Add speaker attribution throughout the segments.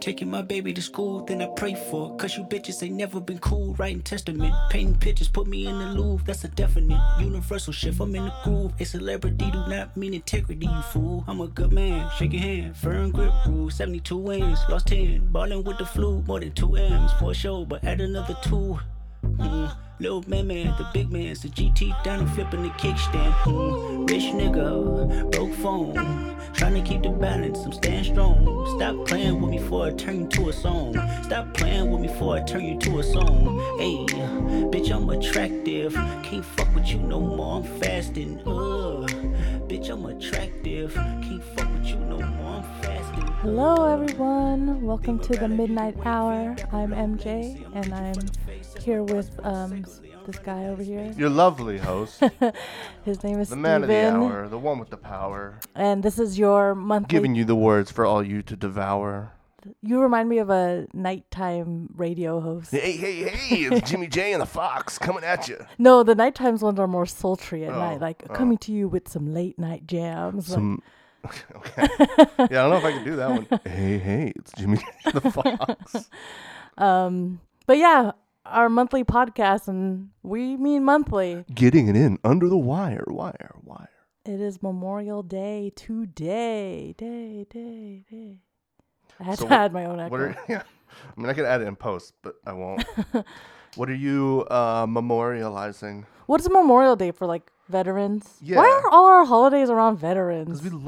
Speaker 1: Taking my baby to school, then I pray for. Cause you bitches ain't never been cool. Writing testament, painting pictures, put me in the Louvre. That's a definite universal shift. I'm in the groove. A celebrity do not mean integrity, you fool. I'm a good man, shaking hand, firm grip rule. 72 wins, lost 10. Ballin' with the flu, more than 2 M's for sure, but add another 2. Mm. Little man, man, the big man's the GT down and flipping the kickstand. Mm. Rich nigga, broke phone. Trying to keep the balance, I'm staying strong. Stop playing with me before I turn you to a song. Stop playing with me before I turn you to a song. Hey, bitch, I'm attractive. Can't fuck with you no more, I'm fasting. Ugh. Bitch, I'm attractive. Can't fuck with you no more, I'm uh. fasting.
Speaker 2: Hello, everyone. Welcome to the Midnight Hour. I'm MJ, and I'm here with um, s- this guy over here.
Speaker 3: Your lovely host,
Speaker 2: His name is
Speaker 3: the man of the
Speaker 2: Steven,
Speaker 3: hour, the one with the power,
Speaker 2: and this is your monthly.
Speaker 3: giving you the words for all you to devour.
Speaker 2: You remind me of a nighttime radio host.
Speaker 3: Hey, hey, hey! It's Jimmy J and the Fox coming at you.
Speaker 2: No, the nighttime ones are more sultry at
Speaker 3: Oh,
Speaker 2: night, like coming to you with some late night jams. like-
Speaker 3: Some. okay. Yeah, I don't know if I can do that one. Hey, hey! It's Jimmy J and the Fox.
Speaker 2: but yeah, our monthly podcast, and we mean monthly.
Speaker 3: Getting it in under the wire, wire, wire.
Speaker 2: It is Memorial Day today. Day, day, day. I had
Speaker 3: So
Speaker 2: to add my own echo.
Speaker 3: What are? Yeah, I mean, I could add it in post, but I won't. what are you uh, memorializing?
Speaker 2: What's Memorial Day for like veterans? Why
Speaker 3: Yeah.
Speaker 2: are all our holidays around veterans?
Speaker 3: Because we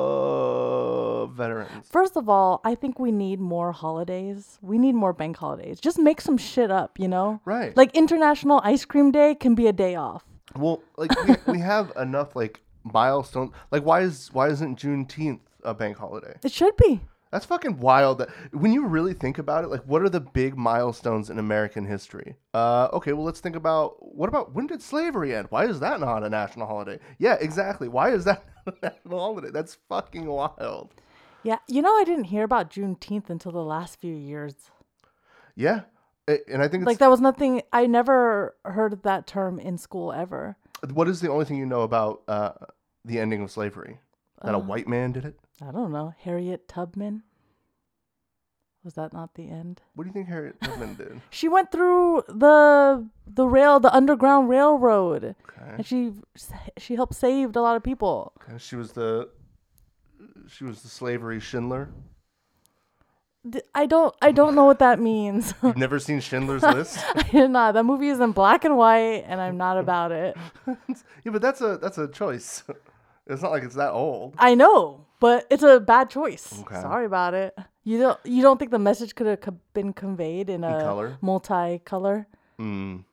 Speaker 3: love veterans.
Speaker 2: First of all, I think we need more holidays. We need more bank holidays. Just make some shit up, you know?
Speaker 3: Right.
Speaker 2: Like International Ice Cream Day can be a day off.
Speaker 3: Well, like we, we have enough like milestones. Like why is why isn't Juneteenth a bank holiday?
Speaker 2: It should be.
Speaker 3: That's fucking wild. That when you really think about it, like what are the big milestones in American history? Uh, okay, well let's think about what about when did slavery end? Why is that not a national holiday? Yeah, exactly. Why is that not a national holiday? That's fucking wild.
Speaker 2: Yeah. You know, I didn't hear about Juneteenth until the last few years.
Speaker 3: Yeah, A- and I think it's,
Speaker 2: Like, that was nothing, I never heard that term in school ever.
Speaker 3: what is the only thing you know about uh, the ending of slavery? That a white man did it.
Speaker 2: I don't know. Harriet Tubman? Was that not the end?
Speaker 3: What do you think Harriet Tubman did?
Speaker 2: She went through the the rail, the underground railroad,
Speaker 3: Okay.
Speaker 2: and she she helped saved a lot of people.
Speaker 3: And She was the she was the slavery Schindler.
Speaker 2: D- I don't I don't know what that means.
Speaker 3: You've never seen Schindler's List?
Speaker 2: I did not. That movie is in black and white, and I'm not about it.
Speaker 3: yeah, but that's a that's a choice. It's not like it's that old.
Speaker 2: I know, but it's a bad choice.
Speaker 3: Okay.
Speaker 2: Sorry about it. You don't you don't think the message could have co- been conveyed in a
Speaker 3: color?
Speaker 2: multicolor?
Speaker 3: Mm.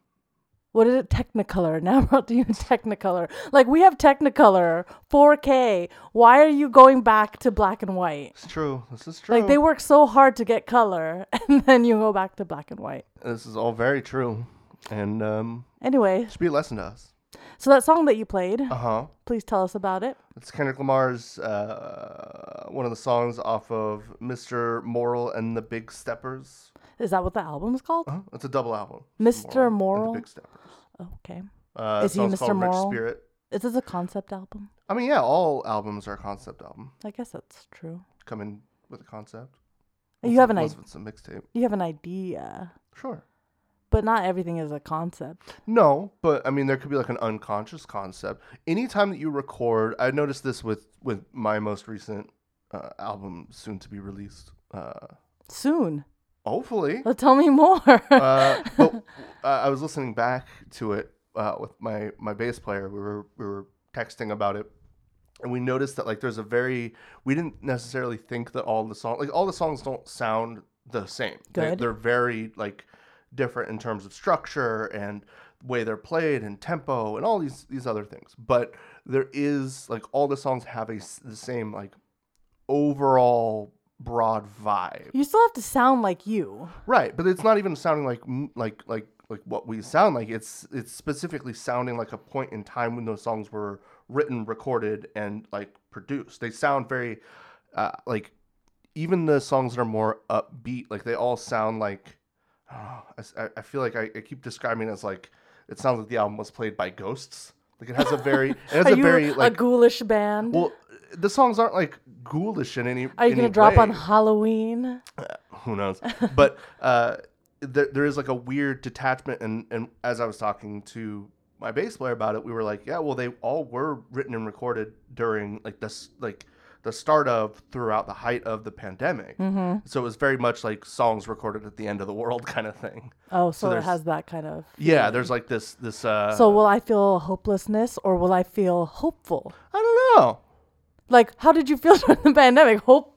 Speaker 2: What is it? Technicolor. Now we're up to you in Technicolor. Like we have Technicolor, 4K. Why are you going back to black and white?
Speaker 3: It's true. This is true.
Speaker 2: Like they work so hard to get color, and then you go back to black and white.
Speaker 3: This is all very true, and um,
Speaker 2: Anyway,
Speaker 3: should be a lesson to us.
Speaker 2: so that song that you played,
Speaker 3: Uh huh.
Speaker 2: please tell us about it.
Speaker 3: It's Kendrick Lamar's uh, one of the songs off of Mr. Moral and the Big Steppers.
Speaker 2: Is that what the album's called?
Speaker 3: Huh? It's a double album.
Speaker 2: Mr.
Speaker 3: and
Speaker 2: Moral?
Speaker 3: the Big Steppers.
Speaker 2: Okay.
Speaker 3: Uh,
Speaker 2: Is he
Speaker 3: song's
Speaker 2: Mr.
Speaker 3: called Rich
Speaker 2: Moral?
Speaker 3: Spirit.
Speaker 2: Is this a concept album?
Speaker 3: I mean, yeah, all albums are a concept album.
Speaker 2: I guess that's true.
Speaker 3: Come in with a concept.
Speaker 2: You have an
Speaker 3: Unless
Speaker 2: idea.
Speaker 3: if it's a mixtape.
Speaker 2: You have an idea,
Speaker 3: Sure.
Speaker 2: but not everything is a concept.
Speaker 3: No, but I mean, there could be like an unconscious concept. Anytime that you record, I noticed this with with my most recent uh, album, soon to be released. Uh,
Speaker 2: Soon.
Speaker 3: hopefully,
Speaker 2: Well, tell me more.
Speaker 3: uh, but uh, I was listening back to it uh, with my my bass player. We were we were texting about it, and we noticed that like there's a very we didn't necessarily think that all the songs like all the songs don't sound the same. They,
Speaker 2: Good.
Speaker 3: they're very like different in terms of structure and way they're played and tempo and all these these other things. But there is like all the songs have a s- the same like overall broad vibe.
Speaker 2: you still have to sound like you.
Speaker 3: Right, but it's not even sounding like m- like like like what we sound like. It's it's specifically sounding like a point in time when those songs were written, recorded, and like produced. They sound very uh, like even the songs that are more upbeat. Like they all sound like I s- I, I feel like I, I keep describing it as like it sounds like the album was played by ghosts. Like it has a very it has
Speaker 2: Are
Speaker 3: a
Speaker 2: you
Speaker 3: very
Speaker 2: a
Speaker 3: like
Speaker 2: ghoulish band?
Speaker 3: well, the songs aren't like ghoulish in any.
Speaker 2: Are you
Speaker 3: any
Speaker 2: gonna drop on
Speaker 3: way.
Speaker 2: Halloween?
Speaker 3: who knows but uh there, there is like a weird detachment and and as i was talking to my bass player about it we were like yeah well they all were written and recorded during like this like the start of throughout the height of the pandemic
Speaker 2: Mm-hmm.
Speaker 3: so it was very much like songs recorded at the end of the world kind of thing
Speaker 2: Oh, so, it
Speaker 3: there's-
Speaker 2: has that kind of.
Speaker 3: yeah there's like this this uh
Speaker 2: So will I feel hopelessness or will I feel hopeful?
Speaker 3: i don't know
Speaker 2: Like, how did you feel during the pandemic? Hopeful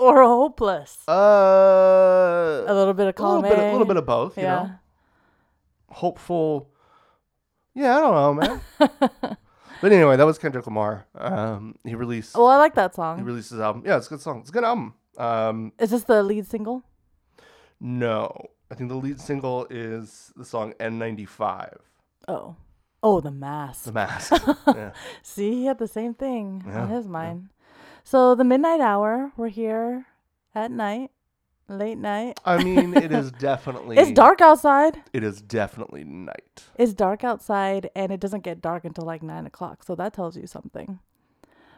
Speaker 2: or hopeless?
Speaker 3: uh
Speaker 2: A little bit of
Speaker 3: a
Speaker 2: calm.
Speaker 3: little bit a little
Speaker 2: eh?
Speaker 3: bit of both you
Speaker 2: yeah.
Speaker 3: know hopeful. Yeah, I don't know, man. but anyway, that was Kendrick Lamar. Um, he released
Speaker 2: Well, I like that
Speaker 3: he
Speaker 2: song.
Speaker 3: released his album. Yeah, it's a good song. It's a good album. Um,
Speaker 2: Is this the lead single?
Speaker 3: no, I think the lead single is the song N95,
Speaker 2: Oh. Oh, the mask.
Speaker 3: The Mask. yeah.
Speaker 2: See, he had the same thing
Speaker 3: Yeah,
Speaker 2: on his
Speaker 3: yeah.
Speaker 2: mind. So the midnight hour, we're here at night, late night.
Speaker 3: I mean, it is definitely
Speaker 2: It's dark outside.
Speaker 3: It is definitely night.
Speaker 2: It's dark outside, and it doesn't get dark until like nine o'clock. So that tells you something.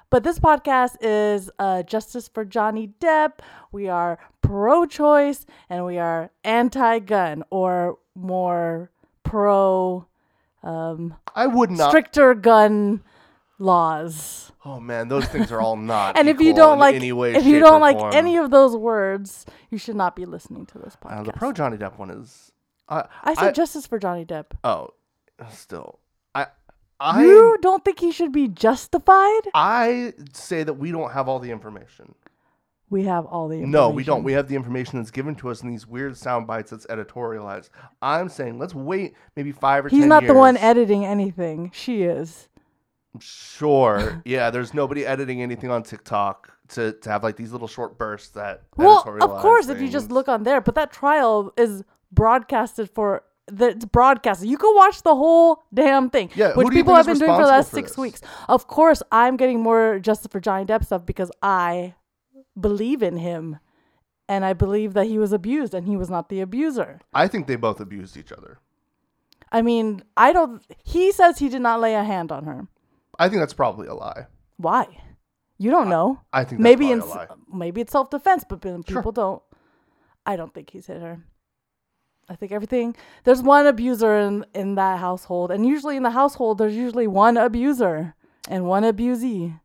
Speaker 2: But this podcast is uh, Justice for Johnny Depp. We are pro choice and we are anti gun, or more pro, um,
Speaker 3: I would not.
Speaker 2: stricter gun laws.
Speaker 3: oh man, those things are all not.
Speaker 2: and if you
Speaker 3: equal
Speaker 2: don't
Speaker 3: in
Speaker 2: like
Speaker 3: any way,
Speaker 2: if you
Speaker 3: shape, or
Speaker 2: don't like
Speaker 3: form.
Speaker 2: any of those words, you should not be listening to this podcast.
Speaker 3: uh, the pro Johnny Depp one is, I
Speaker 2: I said justice for Johnny Depp.
Speaker 3: Oh, still, I, I,
Speaker 2: you don't think he should be justified?
Speaker 3: I say that we don't have all the information.
Speaker 2: We have all the information.
Speaker 3: No, we don't. We have the information that's given to us in these weird sound bites that's editorialized. I'm saying let's wait maybe five or
Speaker 2: He's
Speaker 3: ten.
Speaker 2: not the one
Speaker 3: years.
Speaker 2: editing anything. She is.
Speaker 3: Sure. yeah, there's nobody editing anything on TikTok to to have like these little short bursts that.
Speaker 2: Well, of
Speaker 3: editorialize
Speaker 2: course, if you just
Speaker 3: things.
Speaker 2: look on there, but that trial is broadcasted for that's broadcasted. You can watch the whole damn thing,
Speaker 3: Yeah, who
Speaker 2: which
Speaker 3: do you
Speaker 2: people
Speaker 3: think
Speaker 2: have been
Speaker 3: is
Speaker 2: doing for the last
Speaker 3: responsible for
Speaker 2: six
Speaker 3: this?
Speaker 2: weeks. Of course, I'm getting more justice for Johnny Depp stuff because I believe in him, and I believe that he was abused and he was not the abuser.
Speaker 3: I think they both abused each other.
Speaker 2: I mean, I don't. He says he did not lay a hand on her.
Speaker 3: I think that's probably a lie.
Speaker 2: Why? You don't know.
Speaker 3: I think that's
Speaker 2: maybe
Speaker 3: probably
Speaker 2: in
Speaker 3: a lie.
Speaker 2: s- maybe it's self defense, but then
Speaker 3: Sure.
Speaker 2: people don't. I don't think he's hit her. I think everything. There's one abuser in in that household, and usually in the household, there's usually one abuser and one abusee.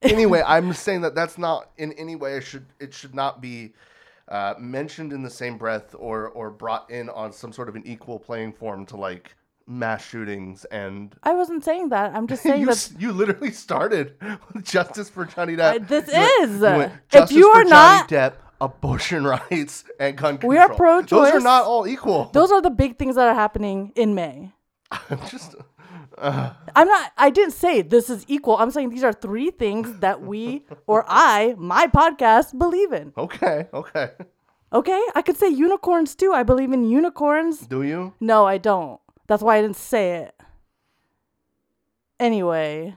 Speaker 3: anyway, I'm saying that that's not in any way it should it should not be uh, mentioned in the same breath or or brought in on some sort of an equal playing form to like mass shootings and.
Speaker 2: I wasn't saying that. I'm just saying
Speaker 3: You,
Speaker 2: that
Speaker 3: s- you literally started with justice for Johnny Depp.
Speaker 2: I- Uh, this
Speaker 3: You went-
Speaker 2: is.
Speaker 3: you went,
Speaker 2: If
Speaker 3: justice
Speaker 2: you
Speaker 3: for
Speaker 2: are not-
Speaker 3: Johnny Depp, abortion rights, and gun control.
Speaker 2: We are
Speaker 3: Those are
Speaker 2: pro-choice.
Speaker 3: not all equal.
Speaker 2: those are the big things that are happening in May.
Speaker 3: I'm just uh,
Speaker 2: I'm not. I didn't say this is equal. I'm saying these are three things that we or I, my podcast, believe in.
Speaker 3: okay. Okay.
Speaker 2: Okay, I could say unicorns too. I believe in unicorns.
Speaker 3: Do you?
Speaker 2: No, I don't. That's why I didn't say it. Anyway,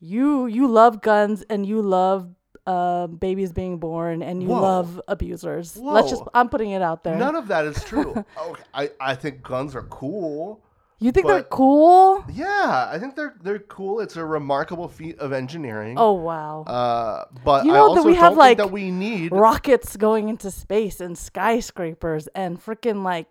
Speaker 2: you you love guns and you love uh, babies being born and you
Speaker 3: Whoa.
Speaker 2: love abusers. Let's just
Speaker 3: Whoa.
Speaker 2: I'm putting it out there.
Speaker 3: None of that is true. okay. I, I think guns are cool.
Speaker 2: you think they're
Speaker 3: but-
Speaker 2: cool?
Speaker 3: Yeah, I think they're they're cool. It's a remarkable feat of engineering.
Speaker 2: Oh wow.
Speaker 3: Uh, but
Speaker 2: You
Speaker 3: I
Speaker 2: know that
Speaker 3: also
Speaker 2: we
Speaker 3: don't
Speaker 2: have,
Speaker 3: think
Speaker 2: like,
Speaker 3: that we need.
Speaker 2: Rockets going into space and skyscrapers and freaking like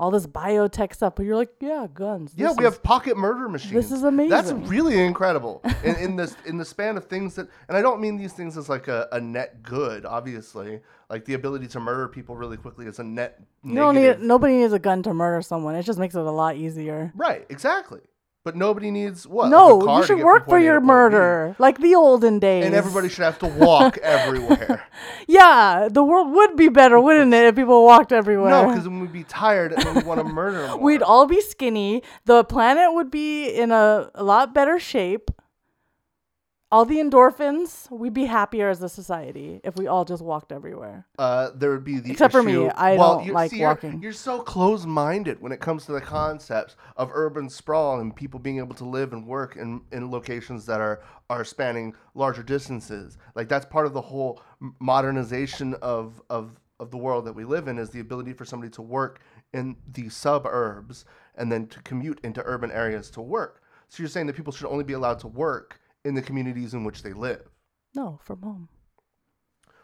Speaker 2: all this biotech stuff, but you're like, yeah, guns.
Speaker 3: yeah,
Speaker 2: This
Speaker 3: we
Speaker 2: is-
Speaker 3: have pocket murder machines.
Speaker 2: is
Speaker 3: That's
Speaker 2: amazing.
Speaker 3: really incredible. in, in this in the span of things that, and I don't mean these things as like a, a net good. Obviously, like the ability to murder people really quickly is a net.
Speaker 2: you don't need
Speaker 3: negative.
Speaker 2: nobody needs a gun to murder someone. It just makes it a lot easier.
Speaker 3: Right. Exactly. But nobody needs what? like a
Speaker 2: No,
Speaker 3: car
Speaker 2: you
Speaker 3: to
Speaker 2: should
Speaker 3: get
Speaker 2: work
Speaker 3: from
Speaker 2: for
Speaker 3: point A to
Speaker 2: your
Speaker 3: point B.
Speaker 2: murder, like the olden days.
Speaker 3: And everybody should have to walk everywhere.
Speaker 2: Yeah, the world would be better, wouldn't it, if people walked everywhere?
Speaker 3: No, because then we'd be tired and then we'd want to murder. More.
Speaker 2: we'd all be skinny. The planet would be in a, a lot better shape. All the endorphins, we'd be happier as a society if we all just walked everywhere.
Speaker 3: uh, there would be the
Speaker 2: Except for me,
Speaker 3: issue-
Speaker 2: I
Speaker 3: well,
Speaker 2: don't
Speaker 3: you-
Speaker 2: like
Speaker 3: see, you're-
Speaker 2: walking.
Speaker 3: You're, so close-minded when it comes to the concepts of urban sprawl and people being able to live and work in, in locations that are are spanning larger distances. Like that's part of the whole m- modernization of of of the world that we live in is the ability for somebody to work in the suburbs and then to commute into urban areas to work. So you're saying that people should only be allowed to work in the communities in which they live.
Speaker 2: No, from home.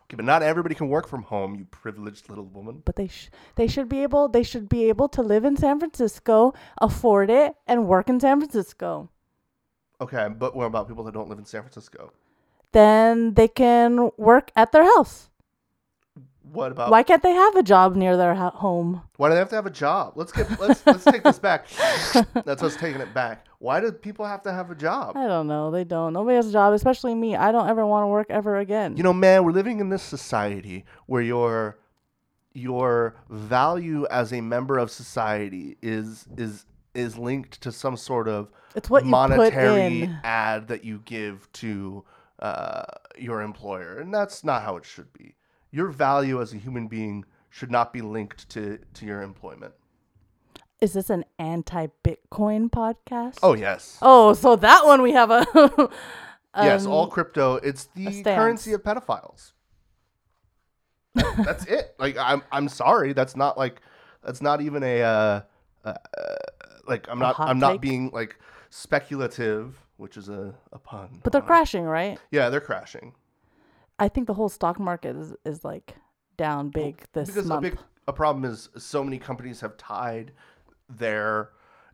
Speaker 3: Okay, but not everybody can work from home, you privileged little woman.
Speaker 2: But they sh- they should be able they should be able to live in San Francisco, afford it, and work in San Francisco.
Speaker 3: Okay, but what about people that don't live in San Francisco?
Speaker 2: Then they can work at their house.
Speaker 3: What about
Speaker 2: Why can't they have a job near their ho- home?
Speaker 3: Why do they have to have a job? Let's get let's let's take this back. That's us taking it back. Why do people have to have a job?
Speaker 2: I don't know. They don't. Nobody has a job, especially me. I don't ever want to work ever again.
Speaker 3: You know, man, we're living in this society where your your value as a member of society is is is linked to some sort of
Speaker 2: It's what you put
Speaker 3: monetary
Speaker 2: in.
Speaker 3: ad that you give to uh, your employer, and that's not how it should be. Your value as a human being should not be linked to to your employment.
Speaker 2: Is this an anti-Bitcoin podcast?
Speaker 3: Oh yes.
Speaker 2: Oh, so that one we have a
Speaker 3: Yes, all crypto. It's the
Speaker 2: Um, stance.
Speaker 3: currency of pedophiles. That- that's it. Like I'm, I'm sorry. That's not like, that's not even a, uh, uh, like I'm not,
Speaker 2: hot
Speaker 3: I'm not
Speaker 2: take?
Speaker 3: being like speculative, which is a, a pun.
Speaker 2: But they're
Speaker 3: on-
Speaker 2: crashing, right?
Speaker 3: Yeah, they're crashing
Speaker 2: I think the whole stock market is, is like down big this
Speaker 3: Oh, because a
Speaker 2: month.
Speaker 3: big a problem is so many companies have tied their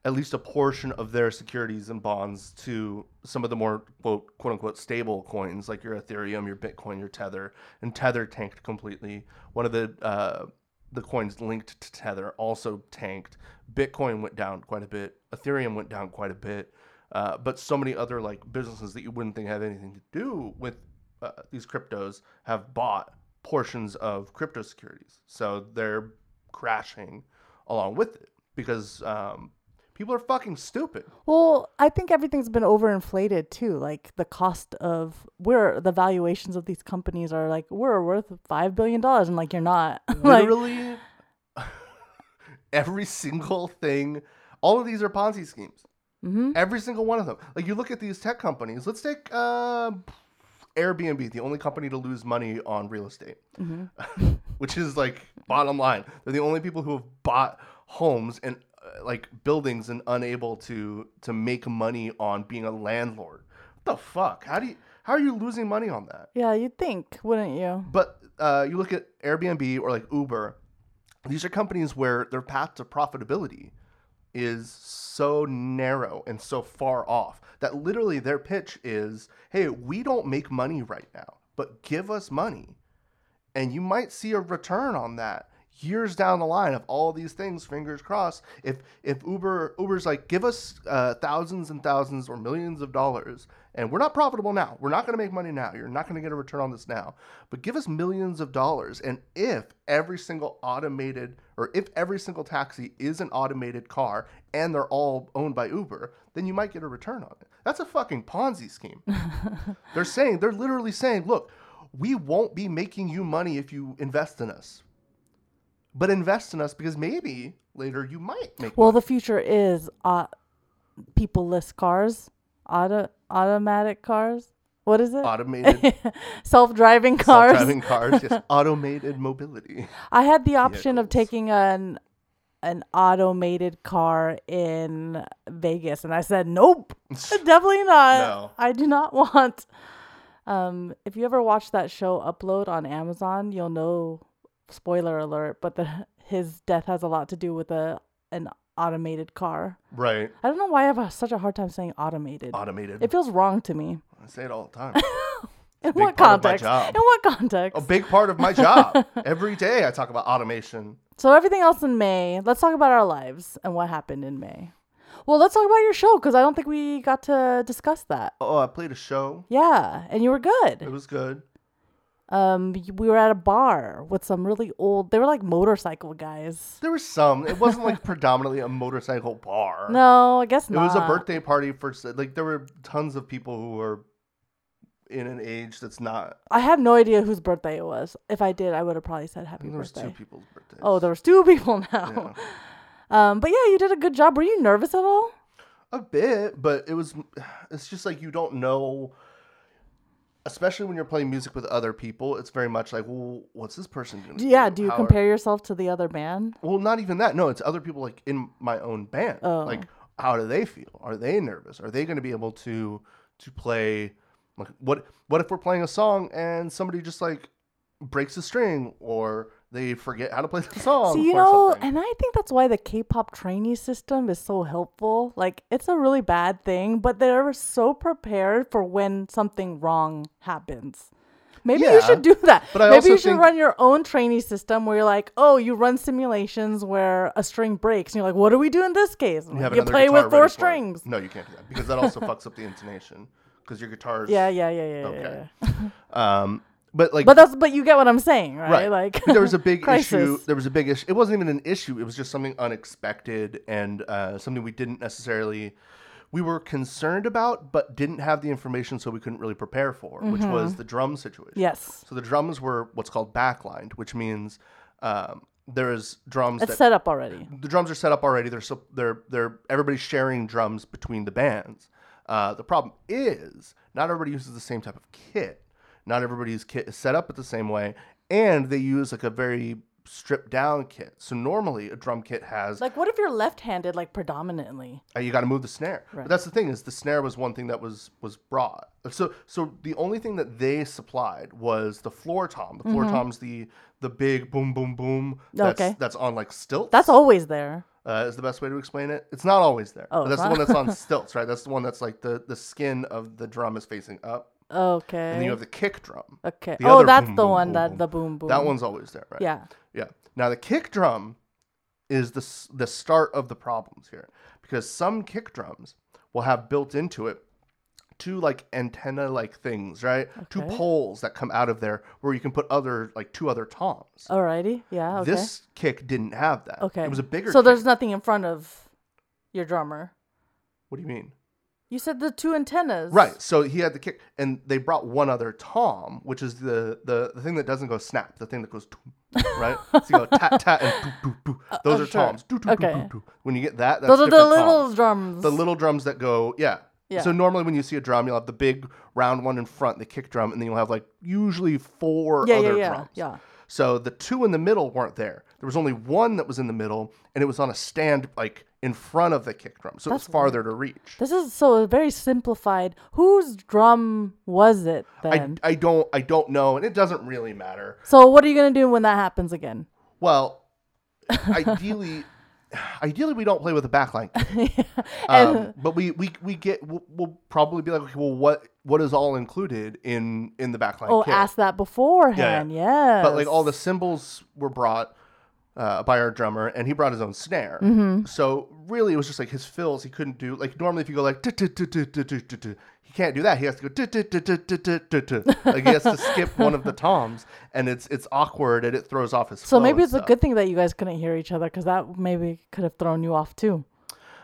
Speaker 3: at least a portion of their securities and bonds to some of the more quote quote unquote stable coins like your Ethereum, your Bitcoin, your Tether, and Tether tanked completely. One of the uh, the coins linked to Tether also tanked. Bitcoin went down quite a bit. Ethereum went down quite a bit. Uh, but so many other like businesses that you wouldn't think have anything to do with uh, these cryptos have bought portions of crypto securities, so they're crashing along with it because um, people are fucking stupid.
Speaker 2: well, I think everything's been overinflated too. Like the cost of where the valuations of these companies are like we're worth five billion dollars, and like you're not. like
Speaker 3: Literally, every single thing. All of these are Ponzi schemes. Every single one of them. Like you look at these tech companies. Let's take uh, Airbnb, the only company to lose money on real estate, which is like bottom line. They're the only people who have bought homes and uh, like buildings and unable to to make money on being a landlord. What the fuck? How do you? How are you losing money on that?
Speaker 2: yeah, you'd think, wouldn't you?
Speaker 3: But uh, you look at Airbnb or like Uber, these are companies where their path to profitability is so narrow and so far off that literally their pitch is hey, we don't make money right now, but give us money. And you might see a return on that years down the line of all these things fingers crossed if if uber uber's like give us uh, thousands and thousands or millions of dollars and we're not profitable now we're not going to make money now you're not going to get a return on this now but give us millions of dollars and if every single automated or if every single taxi is an automated car and they're all owned by uber then you might get a return on it that's a fucking ponzi scheme they're saying they're literally saying look we won't be making you money if you invest in us but invest in us because maybe later you might make
Speaker 2: Well, the future is uh, people-less cars, auto automatic cars. What is it?
Speaker 3: automated
Speaker 2: Self-driving cars.
Speaker 3: self-driving cars yes automated mobility
Speaker 2: I had the option of taking an an automated car in Vegas, and I said, "Nope, definitely not.
Speaker 3: No.
Speaker 2: I do not want." Um, if you ever watch that show Upload on Amazon, you'll know. Spoiler alert! But the, his death has a lot to do with a an automated car.
Speaker 3: right
Speaker 2: I don't know why I have a- such a hard time saying automated.
Speaker 3: automated
Speaker 2: It feels wrong to me.
Speaker 3: i say it all the time
Speaker 2: In
Speaker 3: big
Speaker 2: what
Speaker 3: part of my
Speaker 2: context?
Speaker 3: job.
Speaker 2: In what context?
Speaker 3: a big part of my job every day i talk about automation
Speaker 2: So everything else in May. Let's talk about our lives and what happened in May. Well, let's talk about your show because I don't think we got to discuss that.
Speaker 3: oh i played a show
Speaker 2: Yeah, and you were
Speaker 3: it
Speaker 2: good.
Speaker 3: was good
Speaker 2: Um, y- we were at a bar with some really old. They were like motorcycle guys.
Speaker 3: there was some it wasn't like predominantly a motorcycle bar
Speaker 2: No, I guess
Speaker 3: it
Speaker 2: not.
Speaker 3: was a birthday party for s- like there were tons of people who were in an age that's not
Speaker 2: I have no idea whose birthday it was. If I did, I would have probably said happy
Speaker 3: there was
Speaker 2: birthday.
Speaker 3: two people's birthdays
Speaker 2: Oh, there was two people now. Um, but yeah, you did a good job. Were you nervous at all?
Speaker 3: A bit, but it was. It's just like you don't know, especially when you're playing music with other people. It's very much like, well, what's this person gonna?
Speaker 2: Do- Yeah.
Speaker 3: do?
Speaker 2: Do you
Speaker 3: How are-
Speaker 2: compare yourself to the other band? Oh.
Speaker 3: well, not even that. No, it's other people like in my own band. Like how do they feel? Are they nervous? Are they going to be able to to play? Like, what what if we're playing a song and somebody just like breaks a string or they forget how to play the song?
Speaker 2: See, you
Speaker 3: or
Speaker 2: know,
Speaker 3: something?
Speaker 2: and I think that's why the K-pop trainee system is so helpful. Like, it's a really bad thing, but they're so prepared for when something wrong happens. Maybe you should do
Speaker 3: Yeah,
Speaker 2: that.
Speaker 3: but I
Speaker 2: Maybe
Speaker 3: also
Speaker 2: you should
Speaker 3: think-
Speaker 2: run your own trainee system where you're like, oh, you run simulations where a string breaks, and you're like, what do we do in this case? And
Speaker 3: You have
Speaker 2: like, you
Speaker 3: another
Speaker 2: play
Speaker 3: guitar
Speaker 2: with four
Speaker 3: ready for it.
Speaker 2: strings.
Speaker 3: No, you can't do that because that also fucks up the intonation because your guitar is
Speaker 2: Yeah, yeah, yeah, yeah, yeah,
Speaker 3: Okay.
Speaker 2: yeah.
Speaker 3: Um, but like
Speaker 2: But that's but you get what I'm saying, right? Like
Speaker 3: there was a big issue.
Speaker 2: crisis.
Speaker 3: There was a big issue. It wasn't even an issue. It was just something unexpected and uh, something we didn't necessarily we were concerned about, but didn't have the information, so we couldn't really prepare for, which
Speaker 2: Mm-hmm.
Speaker 3: was the drum situation.
Speaker 2: Yes,
Speaker 3: So the drums were what's called backlined, which means um, there is drums
Speaker 2: it's
Speaker 3: that
Speaker 2: set up already.
Speaker 3: the drums are set up already. They're so, they're they're everybody's sharing drums between the bands. Uh, the problem is not everybody uses the same type of kit. Not everybody's kit is set up at the same way, and they use like a very stripped down kit. So normally a drum kit has
Speaker 2: Like, what if you're left-handed, like predominantly?
Speaker 3: uh, you got to move the snare.
Speaker 2: Right.
Speaker 3: But that's the thing is the snare was one thing that was was brought. So so the only thing that they supplied was the floor tom. The floor tom's the the big boom boom boom that's
Speaker 2: Mm-hmm. Okay.
Speaker 3: that's on like stilts.
Speaker 2: That's always there.
Speaker 3: uh, is the best way to explain it. It's not always there.
Speaker 2: Oh,
Speaker 3: but that's
Speaker 2: it's
Speaker 3: the one
Speaker 2: not?
Speaker 3: that's on stilts, right? That's the one that's like the, the skin of the drum is facing up,
Speaker 2: Okay.
Speaker 3: and then you have the kick drum.
Speaker 2: okay.
Speaker 3: the
Speaker 2: Oh,
Speaker 3: other
Speaker 2: that's
Speaker 3: boom,
Speaker 2: the
Speaker 3: boom,
Speaker 2: one
Speaker 3: boom,
Speaker 2: that
Speaker 3: boom.
Speaker 2: the boom boom.
Speaker 3: That one's always there, right?
Speaker 2: Yeah.
Speaker 3: yeah. Now the kick drum is the s- the start of the problems here because some kick drums will have built into it two like antenna like things, right? Two
Speaker 2: Okay.
Speaker 3: poles that come out of there where you can put other like two other toms.
Speaker 2: Alrighty. Yeah. Oh, Okay.
Speaker 3: This kick didn't have that.
Speaker 2: okay.
Speaker 3: It was a bigger.
Speaker 2: So
Speaker 3: kick.
Speaker 2: there's nothing in front of your drummer.
Speaker 3: What do you mean?
Speaker 2: You said the two antennas.
Speaker 3: Right. So he had the kick, and they brought one other tom, which is the the, the thing that doesn't go snap, the thing that goes, toom, right? so you go tat tat and doo, doo, doo. Those
Speaker 2: oh,
Speaker 3: are
Speaker 2: sure.
Speaker 3: toms. Doo, doo, doo,
Speaker 2: Okay.
Speaker 3: doo, doo. When you get that, that's
Speaker 2: Those are the
Speaker 3: different
Speaker 2: little
Speaker 3: toms.
Speaker 2: drums.
Speaker 3: the little drums that go. Yeah.
Speaker 2: Yeah.
Speaker 3: So normally when you see a drum, you'll have the big round one in front, the kick drum, and then you'll have like usually four
Speaker 2: yeah, yeah,
Speaker 3: other
Speaker 2: yeah,
Speaker 3: drums.
Speaker 2: yeah.
Speaker 3: So the two in the middle weren't there. There was only one that was in the middle, and it was on a stand like in front of the kick drum, so it was farther to reach.
Speaker 2: This is so very simplified. Whose drum was it
Speaker 3: I,
Speaker 2: then?
Speaker 3: I don't I don't know, and it doesn't really matter.
Speaker 2: so what are you gonna do when that happens again?
Speaker 3: Well, ideally, ideally we don't play with a backline, um, but we we we get we'll, we'll probably be like, okay, well, what what is all included in in the backline?
Speaker 2: Oh,
Speaker 3: kit?
Speaker 2: ask that beforehand. Yes.
Speaker 3: But like all the cymbals were brought uh, by our drummer, and he brought his own snare.
Speaker 2: Mm-hmm.
Speaker 3: So really, it was just like his fills. He couldn't do like normally if you go like "Tut, tut, tut, tut, tut, tut, tut, tut," he can't do that. He has to go "Tut, tut, tut, tut, tut, tut, tut, tut." like he has to skip one of the toms, and it's it's awkward and it throws off his.
Speaker 2: So
Speaker 3: flow
Speaker 2: maybe
Speaker 3: and
Speaker 2: it's a
Speaker 3: stuff.
Speaker 2: good thing that you guys couldn't hear each other because that maybe could have thrown you off too.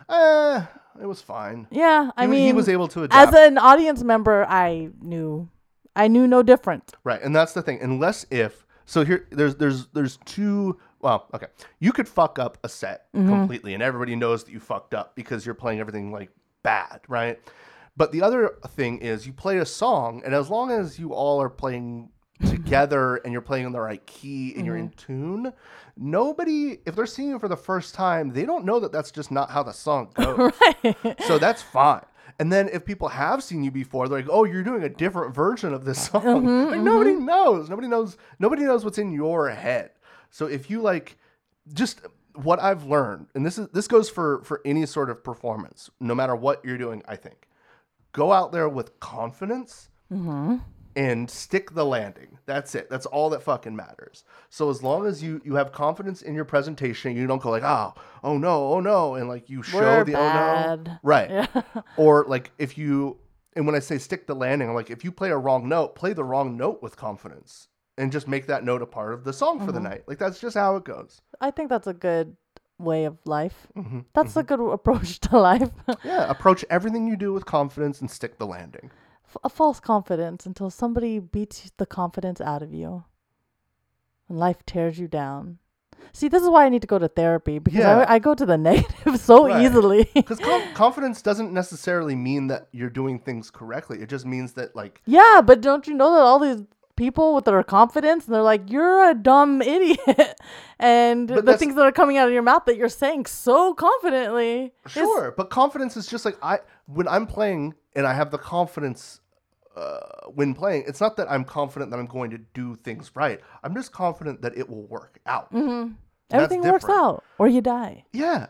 Speaker 3: Uh, it was fine.
Speaker 2: Yeah, I
Speaker 3: He-
Speaker 2: mean,
Speaker 3: he was able to
Speaker 2: As
Speaker 3: adapt.
Speaker 2: an audience member, I knew, I knew no different.
Speaker 3: Right, and that's the thing. Unless if so, here there's there's there's two. Well, okay, you could fuck up a set completely, and everybody knows that you fucked up because you're playing everything like bad, right? But the other thing is you play a song, and as long as you all are playing together and you're playing in the right key and you're in tune, nobody, if they're seeing you for the first time, they don't know that that's just not how the song goes. So that's fine. And then if people have seen you before, they're like, "Oh, you're doing a different version of this song." like nobody knows. Nobody knows. Nobody knows what's in your head. So if you like, just what I've learned, and this is this goes for for any sort of performance, no matter what you're doing. I think go out there with confidence
Speaker 2: Mm-hmm.
Speaker 3: and stick the landing. That's it. That's all that fucking matters. So as long as you you have confidence in your presentation, you don't go like, oh, oh no, oh no, and like you show
Speaker 2: We're
Speaker 3: the oh
Speaker 2: bad.
Speaker 3: no, right? or like if you and when I say stick the landing, I'm like if you play a wrong note, play the wrong note with confidence. And just make that note a part of the song for the
Speaker 2: Mm-hmm.
Speaker 3: night. Like that's just how it goes.
Speaker 2: I think that's a good way of life. That's a good approach to life.
Speaker 3: Mm-hmm, Yeah, approach everything you do with confidence and stick the landing.
Speaker 2: F- a false confidence until somebody beats the confidence out of you, and life tears you down. See, this is why I need to go to therapy because
Speaker 3: Yeah.
Speaker 2: I, I go to the negative so
Speaker 3: Right.
Speaker 2: easily.
Speaker 3: Because com- confidence doesn't necessarily mean that you're doing things correctly. It just means that like
Speaker 2: yeah, but don't you know that all these people with their confidence and they're like, You're a dumb idiot. and the
Speaker 3: that's-
Speaker 2: things that are coming out of your mouth that you're saying so confidently. is-
Speaker 3: Sure, but confidence is just like I when I'm playing and I have the confidence uh, when playing. It's not that I'm confident that I'm going to do things right. I'm just confident that it will work out. That's
Speaker 2: Mm-hmm. everything works
Speaker 3: different.
Speaker 2: out or you die.
Speaker 3: Yeah,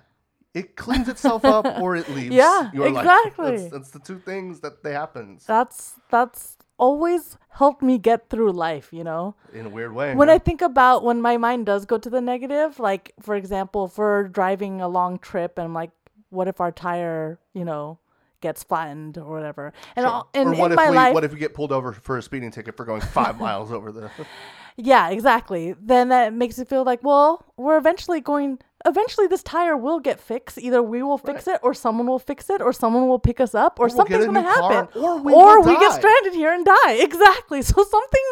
Speaker 3: it cleans itself up or it leaves.
Speaker 2: Yeah,
Speaker 3: your life.
Speaker 2: exactly.
Speaker 3: That's, that's the two things that they happen
Speaker 2: That's that's always helped me get through life, you know?
Speaker 3: in a weird way.
Speaker 2: when
Speaker 3: yeah.
Speaker 2: I think about when my mind does go to the negative, like for example, if we're driving a long trip and I'm like, what if our tire, you know, gets flattened or whatever? And, all, and
Speaker 3: or what
Speaker 2: in
Speaker 3: if
Speaker 2: my
Speaker 3: we
Speaker 2: life,
Speaker 3: what if we get pulled over for a speeding ticket for going five miles over the?
Speaker 2: yeah, exactly. Then that makes it feel like, well, we're eventually going. Eventually, this tire will get fixed. Either we will fix it, or someone will fix it, or someone will pick us up, or,
Speaker 3: we'll get
Speaker 2: something's
Speaker 3: a
Speaker 2: going to
Speaker 3: new car,
Speaker 2: happen,
Speaker 3: or we will
Speaker 2: get
Speaker 3: die.
Speaker 2: stranded here and die. Exactly. So something,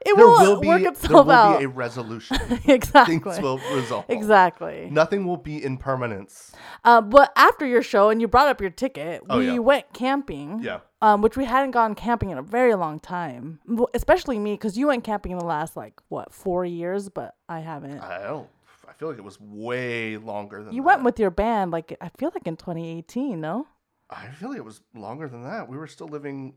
Speaker 2: it
Speaker 3: There
Speaker 2: will,
Speaker 3: will be
Speaker 2: work
Speaker 3: there will
Speaker 2: itself
Speaker 3: be a resolution.
Speaker 2: out. exactly.
Speaker 3: Things will resolve.
Speaker 2: Exactly.
Speaker 3: Nothing will be in permanence.
Speaker 2: Uh, but after your show, and you brought up your ticket,
Speaker 3: Oh,
Speaker 2: we
Speaker 3: yeah.
Speaker 2: went camping.
Speaker 3: Yeah.
Speaker 2: Um, which we hadn't gone camping in a very long time, M- especially me, because you went camping in the last like what four years, but I haven't.
Speaker 3: I don't. I feel like it was way longer than
Speaker 2: you
Speaker 3: that.
Speaker 2: went with your band, like I feel like in 2018, no?
Speaker 3: I feel like it was longer than that. We were still living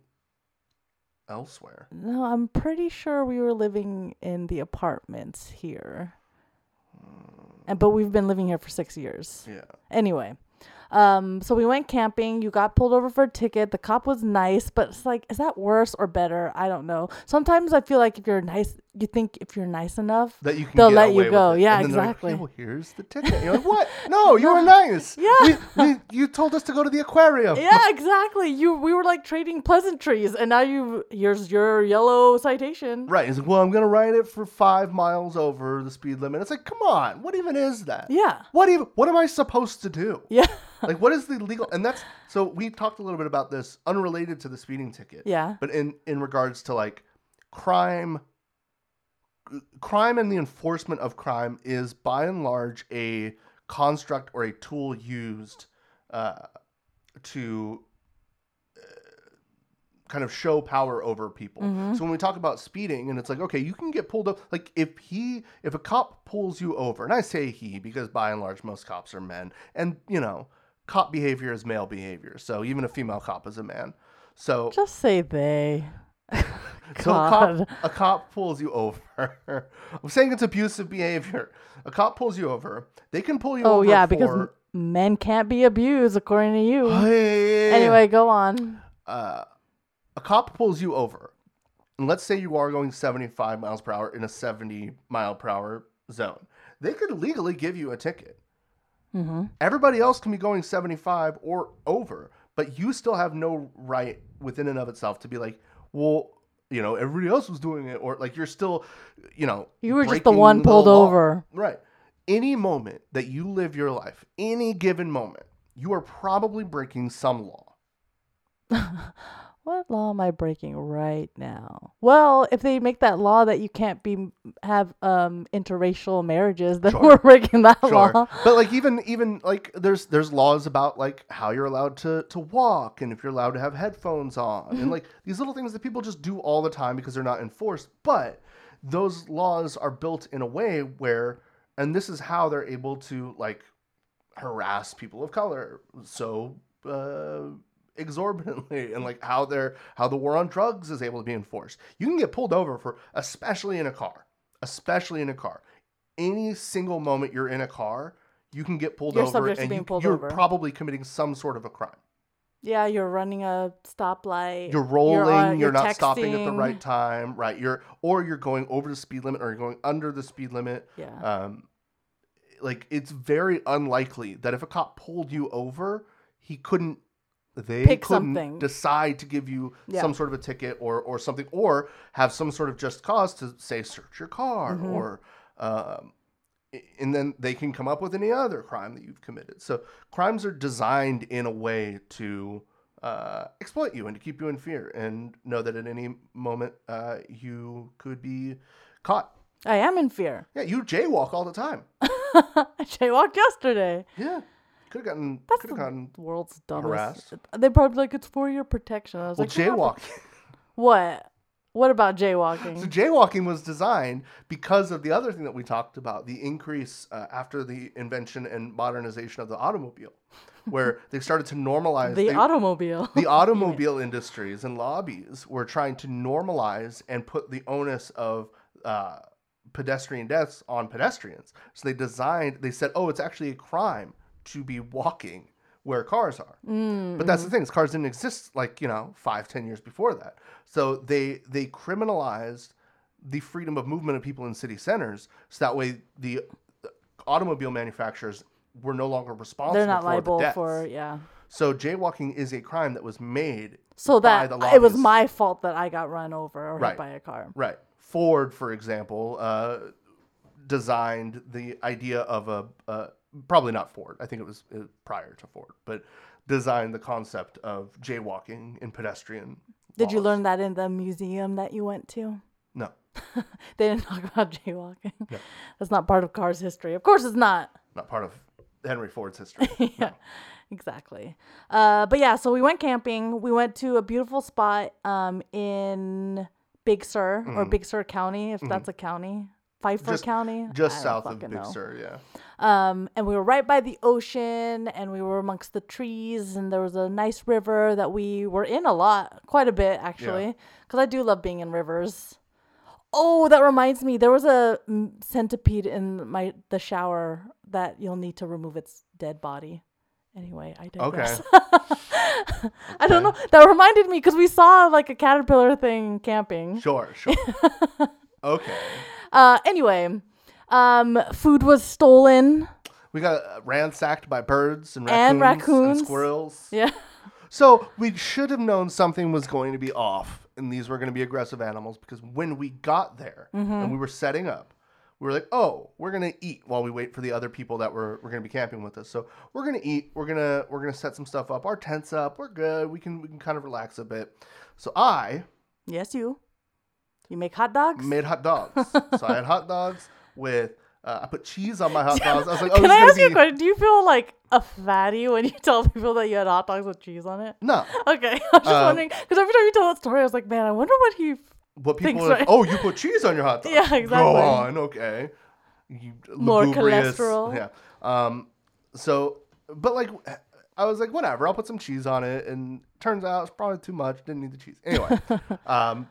Speaker 3: elsewhere.
Speaker 2: No, I'm pretty sure we were living in the apartments here, Mm. and but we've been living here for six years.
Speaker 3: Yeah.
Speaker 2: Anyway, um, so we went camping. You got pulled over for a ticket. The cop was nice, but it's like, is that worse or better? I don't know. Sometimes I feel like if you're nice, you think if you're nice enough,
Speaker 3: That you can
Speaker 2: they'll
Speaker 3: get
Speaker 2: let
Speaker 3: away
Speaker 2: you go.
Speaker 3: With it.
Speaker 2: Yeah,
Speaker 3: And then they're like,
Speaker 2: exactly.
Speaker 3: "Hey, well, here's the ticket. And you're like, what? No, you were nice.
Speaker 2: Yeah.
Speaker 3: We, we, you told us to go to the aquarium.
Speaker 2: yeah, exactly. You we were like trading pleasantries, and now you here's your yellow citation.
Speaker 3: Right. He's like, well, I'm gonna ride it for five miles over the speed limit. It's like, come on, what even is that?
Speaker 2: Yeah.
Speaker 3: What even? What am I supposed to do?
Speaker 2: Yeah,
Speaker 3: like what is the legal and that's so we talked a little bit about this unrelated to the speeding ticket
Speaker 2: Yeah.
Speaker 3: but in in regards to like crime crime and the enforcement of crime is by and large a construct or a tool used uh, to uh, kind of show power over people
Speaker 2: Mm-hmm.
Speaker 3: so when we talk about speeding and it's like okay you can get pulled up like if he if a cop pulls you over and i say he because by and large most cops are men and you know cop behavior is male behavior so even a female cop is a man so
Speaker 2: just say they.
Speaker 3: so a cop,
Speaker 2: God.
Speaker 3: a cop pulls you over. I'm saying it's abusive behavior. A cop pulls you over. They can pull you
Speaker 2: Oh
Speaker 3: over.
Speaker 2: yeah,
Speaker 3: for...
Speaker 2: because m- men can't be abused according to you.
Speaker 3: Oh, Hey.
Speaker 2: Anyway, go on.
Speaker 3: a cop pulls you over. And let's say you are going 75 miles per hour in a 70 mile per hour zone. They could legally give you a ticket.
Speaker 2: Mm-hmm.
Speaker 3: Everybody else can be going 75 or over, but you still have no right within and of itself to be like, well, you know, everybody else was doing it, or like you're still, you know,
Speaker 2: You were just the
Speaker 3: breaking
Speaker 2: one pulled
Speaker 3: law.
Speaker 2: over.
Speaker 3: Right. Any moment that you live your life, any given moment, you are probably breaking some law.
Speaker 2: What law am I breaking right now? Well, if they make that law that you can't be have um interracial marriages, then we're breaking that law.
Speaker 3: Sure. But like even even like there's there's laws about like how you're allowed to to walk and if you're allowed to have headphones on and like these little things that people just do all the time because they're not enforced, but those laws are built in a way where and this is how they're able to like harass people of color so uh, exorbitantly and like how they're how the war on drugs is able to be enforced you can get pulled over for especially in a car especially in a car any single moment you're in a car you can get pulled
Speaker 2: You're
Speaker 3: over
Speaker 2: subject to
Speaker 3: and
Speaker 2: being
Speaker 3: you,
Speaker 2: pulled
Speaker 3: you're
Speaker 2: over.
Speaker 3: probably committing some sort of a crime
Speaker 2: Yeah, you're running a stoplight.
Speaker 3: you're rolling you're,
Speaker 2: on-
Speaker 3: not stopping at the
Speaker 2: uh, texting.
Speaker 3: right time right you're or you're going over the speed limit or you're going under the speed limit
Speaker 2: Yeah.
Speaker 3: um, like it's very unlikely that if a cop pulled you over, he couldn't they
Speaker 2: Pick
Speaker 3: couldn't
Speaker 2: something.
Speaker 3: decide to give you
Speaker 2: Yeah.
Speaker 3: some sort of a ticket or or something or have some sort of just cause to say search your car
Speaker 2: Mm-hmm.
Speaker 3: or um, i- and then they can come up with any other crime that you've committed. So crimes are designed in a way to uh, exploit you and to keep you in fear and know that at any moment uh, you could be caught.
Speaker 2: I am in fear.
Speaker 3: Yeah, you jaywalk all the time.
Speaker 2: I jaywalked yesterday.
Speaker 3: Yeah. Could have gotten could have gotten
Speaker 2: The world's dumbest.
Speaker 3: Harassed?
Speaker 2: They probably like it's for your protection. I was
Speaker 3: well
Speaker 2: like, "You're not-
Speaker 3: jaywalk.
Speaker 2: What? What about jaywalking?
Speaker 3: So jaywalking was designed because of the other thing that we talked about, the increase uh, after the invention and modernization of the automobile, where they started to normalize
Speaker 2: the
Speaker 3: they-
Speaker 2: automobile.
Speaker 3: the automobile industries and lobbies were trying to normalize and put the onus of uh, pedestrian deaths on pedestrians. So they designed, they said, oh, it's actually a crime to be walking where cars are.
Speaker 2: Mm,
Speaker 3: But that's the
Speaker 2: mm-hmm.
Speaker 3: thing; is cars didn't exist like you know five, ten years before that. So they they criminalized the freedom of movement of people in city centers, so that way the uh, automobile manufacturers were no longer responsible.
Speaker 2: They're not
Speaker 3: for the
Speaker 2: liable
Speaker 3: deaths.
Speaker 2: for yeah.
Speaker 3: So jaywalking is a crime that was made.
Speaker 2: So
Speaker 3: by
Speaker 2: that
Speaker 3: the
Speaker 2: it was
Speaker 3: lobbies.
Speaker 2: my fault that I got run over or hit
Speaker 3: Right.
Speaker 2: by a car.
Speaker 3: right. Ford, for example, uh, designed the idea of a uh, probably not Ford. I think it was uh, prior to Ford, but designed the concept of jaywalking in pedestrian.
Speaker 2: Did you
Speaker 3: laws.
Speaker 2: learn that in the museum that you went to?
Speaker 3: No.
Speaker 2: They didn't talk about jaywalking. That's not part of cars history. Of course it's not.
Speaker 3: Not part of Henry Ford's history.
Speaker 2: yeah, exactly. Uh, but yeah, so we went camping. We went to a beautiful spot um, in Big Sur or Big Sur County, if that's a county, Pfeiffer
Speaker 3: Mm. Mm-hmm. Just-
Speaker 2: County,
Speaker 3: Just
Speaker 2: I don't
Speaker 3: south of
Speaker 2: fucking
Speaker 3: Big
Speaker 2: know.
Speaker 3: Sur, yeah.
Speaker 2: Um, and we were right by the ocean, and we were amongst the trees, and there was a nice river that we were in a lot, quite a bit actually, because I do love being in rivers. Oh, that reminds me, there was a mm, centipede in my the shower that you'll need to remove its dead body. Anyway, I digress. I don't know. That reminded me because we saw like a caterpillar thing camping.
Speaker 3: Sure, sure. okay.
Speaker 2: Uh, anyway, um, food was stolen.
Speaker 3: We got uh, ransacked by birds and raccoons
Speaker 2: And
Speaker 3: and,
Speaker 2: raccoons.
Speaker 3: squirrels.
Speaker 2: Yeah.
Speaker 3: So we should have known something was going to be off and these were going to be aggressive animals because when we got there
Speaker 2: Mm-hmm.
Speaker 3: and we were setting up, we were like, oh, we're going to eat while we wait for the other people that were, were going to be camping with us. So we're going to eat. We're going to we're going to set some stuff up. Our tents up. We're good. We can we can kind of relax a bit. So I
Speaker 2: Yes, you. You make hot dogs?
Speaker 3: made hot dogs. so I had hot dogs with uh, I put cheese on my hot dogs. I was like, oh,
Speaker 2: Can
Speaker 3: this
Speaker 2: I
Speaker 3: is
Speaker 2: ask you a
Speaker 3: gonna be
Speaker 2: question? Do you feel like a fatty when you tell people that you had hot dogs with cheese on it?
Speaker 3: no.
Speaker 2: Okay, I was just
Speaker 3: Um,
Speaker 2: wondering because every time you tell that story, I was like, man, I wonder what he.
Speaker 3: What people
Speaker 2: Things
Speaker 3: are like,
Speaker 2: right.
Speaker 3: oh, you put cheese on your hot dog.
Speaker 2: Yeah, exactly.
Speaker 3: Go on, okay. You
Speaker 2: More
Speaker 3: lugubrious-
Speaker 2: cholesterol.
Speaker 3: Yeah. Um. So, but like, I was like, whatever. I'll put some cheese on it, and turns out it's probably too much. Didn't need the cheese anyway. um.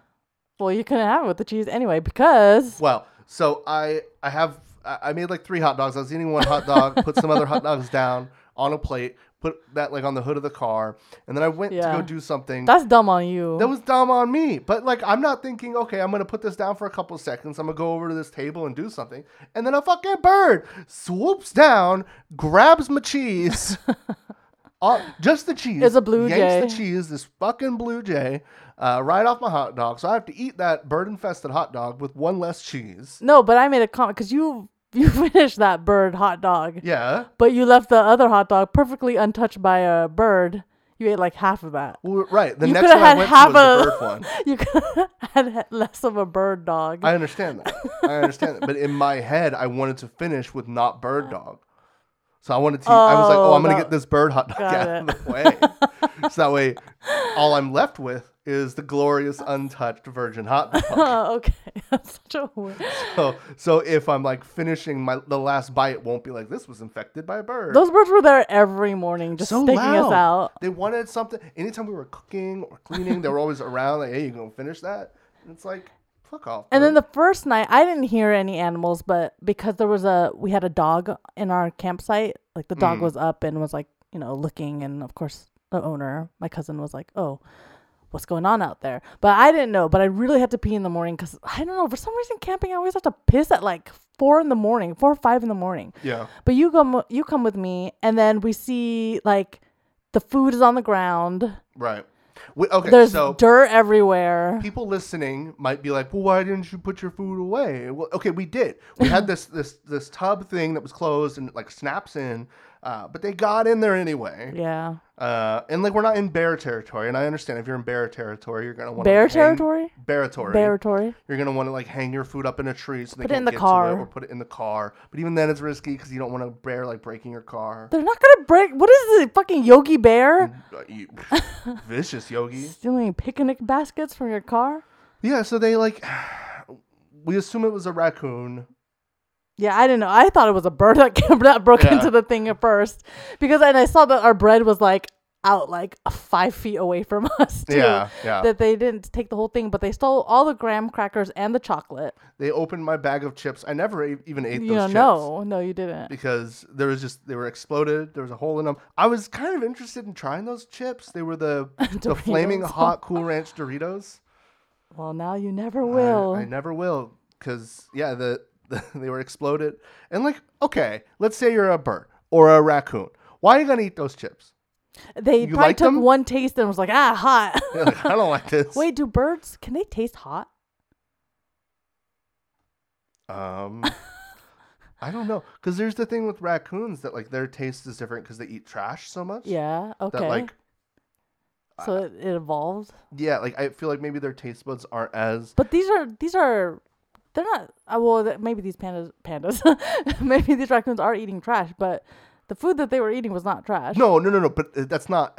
Speaker 2: Well, you couldn't have it with the cheese anyway because
Speaker 3: Well, so I I have I I made like three hot dogs. I was eating one hot dog, put some other hot dogs down on a plate, put that like on the hood of the car, and then I went to
Speaker 2: Yeah.
Speaker 3: go do something.
Speaker 2: that's dumb on you.
Speaker 3: that was dumb on me, but like I'm not thinking. Okay, I'm gonna put this down for a couple seconds. I'm gonna go over to this table and do something, and then a fucking bird swoops down, grabs my cheese, uh, just the cheese.
Speaker 2: It's a blue
Speaker 3: yanks
Speaker 2: jay.
Speaker 3: the cheese. This fucking blue jay, uh, right off my hot dog. So I have to eat that bird-infested hot dog with one less cheese.
Speaker 2: no, but I made a comment because you you finished that bird hot dog,
Speaker 3: Yeah.
Speaker 2: but you left the other hot dog perfectly untouched by a bird. You ate like half of that.
Speaker 3: Well, right. The
Speaker 2: you
Speaker 3: next
Speaker 2: could have
Speaker 3: one I
Speaker 2: had
Speaker 3: went to
Speaker 2: half
Speaker 3: was
Speaker 2: a
Speaker 3: the bird one.
Speaker 2: you could have had less of a bird dog.
Speaker 3: I understand that. I understand that. But in my head, I wanted to finish with not bird dog. So I wanted to. I was like,
Speaker 2: Oh,
Speaker 3: oh, I'm gonna
Speaker 2: that-
Speaker 3: get this bird hot dog
Speaker 2: Got
Speaker 3: out of the way. so that way, all I'm left with is the glorious untouched virgin hot dog.
Speaker 2: Oh, okay, that's such a weird.
Speaker 3: so, so if I'm like finishing my the last bite, it won't be like this was infected by a bird.
Speaker 2: Those birds were there every morning, just
Speaker 3: so
Speaker 2: sticking
Speaker 3: loud.
Speaker 2: us out.
Speaker 3: They wanted something. Anytime we were cooking or cleaning, they were always around. Like, hey, you gonna finish that? And it's like, fuck off.
Speaker 2: And then
Speaker 3: bird.
Speaker 2: the first night, I didn't hear any animals, but because there was a, we had a dog in our campsite. Like the
Speaker 3: Mm.
Speaker 2: dog was up and was like, you know, looking, and of course the owner, my cousin, was like, "Oh, what's going on out there?" But I didn't know. But I really had to pee in the morning because I don't know for some reason camping, I always have to piss at like four in the morning, four or five in the morning.
Speaker 3: yeah.
Speaker 2: But you come, you come with me, and then we see like the food is on the ground.
Speaker 3: Right. We, okay,
Speaker 2: There's
Speaker 3: so
Speaker 2: dirt everywhere.
Speaker 3: people listening might be like, "Well, why didn't you put your food away?" Well, okay, we did. We had this this this tub thing that was closed and like snaps in, uh, but they got in there anyway.
Speaker 2: yeah.
Speaker 3: Uh, and like we're not in bear territory, and I understand if you're in bear territory, you're gonna want
Speaker 2: Bear
Speaker 3: like,
Speaker 2: territory?
Speaker 3: Hang, territory.
Speaker 2: Territory.
Speaker 3: You're gonna want to like hang your food up in a tree so they
Speaker 2: Put it
Speaker 3: can
Speaker 2: in the
Speaker 3: get
Speaker 2: car.
Speaker 3: to it, or put it in the car. But even then, it's risky because you don't want a bear like breaking your car.
Speaker 2: They're not gonna break. What is this fucking Yogi Bear
Speaker 3: Mm. Uh, you- vicious yogi.
Speaker 2: stealing picnic baskets from your car?
Speaker 3: Yeah, so they like we assume it was a raccoon.
Speaker 2: Yeah, I didn't know. I thought it was a bird that, came, that broke
Speaker 3: Yeah.
Speaker 2: into the thing at first because and I saw that our bread was like out like five feet away from us too.
Speaker 3: Yeah, yeah.
Speaker 2: That they didn't take the whole thing, but they stole all the graham crackers and the chocolate.
Speaker 3: They opened my bag of chips. I never e- even ate those
Speaker 2: you know,
Speaker 3: chips
Speaker 2: no, no, you didn't.
Speaker 3: because there was just they were exploded. There was a hole in them. I was kind of interested in trying those chips. They were the the flaming
Speaker 2: Doritos.
Speaker 3: hot Cool Ranch Doritos.
Speaker 2: Well, now you never
Speaker 3: I-
Speaker 2: will.
Speaker 3: I, never will because yeah, the, the they were exploded. And like, okay, let's say you're a bird or a raccoon. Why are you gonna eat those chips?
Speaker 2: they
Speaker 3: You
Speaker 2: probably
Speaker 3: like
Speaker 2: took
Speaker 3: them?
Speaker 2: one taste and was like, ah, hot.
Speaker 3: You're like, I don't like this.
Speaker 2: Wait, do birds can they taste hot?
Speaker 3: Um, I don't know, because there's the thing with raccoons that like their taste is different because they eat trash so much.
Speaker 2: Yeah. Okay.
Speaker 3: That like
Speaker 2: so it, it evolved.
Speaker 3: yeah, like I feel like maybe their taste buds aren't as
Speaker 2: But these are these are they're not uh, well th- maybe these pandas pandas maybe these raccoons are eating trash, but the food that they were eating was not trash.
Speaker 3: no no no no. But uh, that's not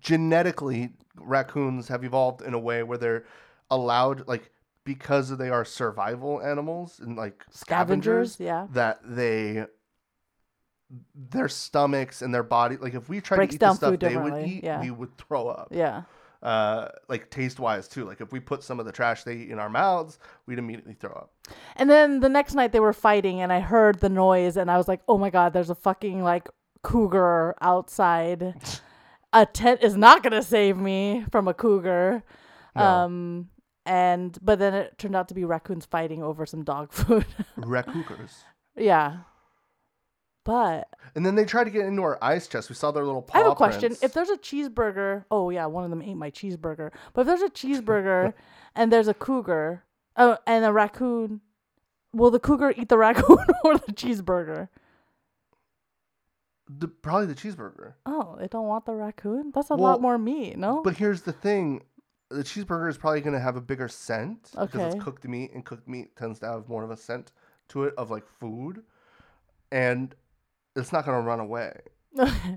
Speaker 3: genetically raccoons have evolved in a way where they're allowed like because they are survival animals and like
Speaker 2: Scavengers, yeah.
Speaker 3: that they their stomachs and their body like if we tried
Speaker 2: Breaks
Speaker 3: to eat the
Speaker 2: down
Speaker 3: stuff
Speaker 2: food
Speaker 3: they would
Speaker 2: differently,
Speaker 3: eat
Speaker 2: yeah.
Speaker 3: we would throw up
Speaker 2: Yeah.
Speaker 3: uh, like taste wise too. Like if we put some of the trash they eat in our mouths, we'd immediately throw up.
Speaker 2: And then the next night they were fighting and I heard the noise and I was like, "Oh my god, there's a fucking like cougar outside. a tent is not going to save me from a cougar."
Speaker 3: No.
Speaker 2: Um and but then it turned out to be raccoons fighting over some dog food.
Speaker 3: Raccoons.
Speaker 2: yeah. But
Speaker 3: And then they try to get into our ice chest. We saw their little paw.
Speaker 2: I have a question.
Speaker 3: prints.
Speaker 2: If there's a cheeseburger, oh yeah, one of them ate my cheeseburger. But if there's a cheeseburger and there's a cougar, oh, and a raccoon, will the cougar eat the raccoon or the cheeseburger?
Speaker 3: the, probably the cheeseburger.
Speaker 2: Oh, they don't want the raccoon. That's a
Speaker 3: Well,
Speaker 2: lot more meat, no?
Speaker 3: But here's the thing: the cheeseburger is probably going to have a bigger scent because
Speaker 2: Okay.
Speaker 3: it's cooked meat, and cooked meat tends to have more of a scent to it of like food, and it's not going to run away.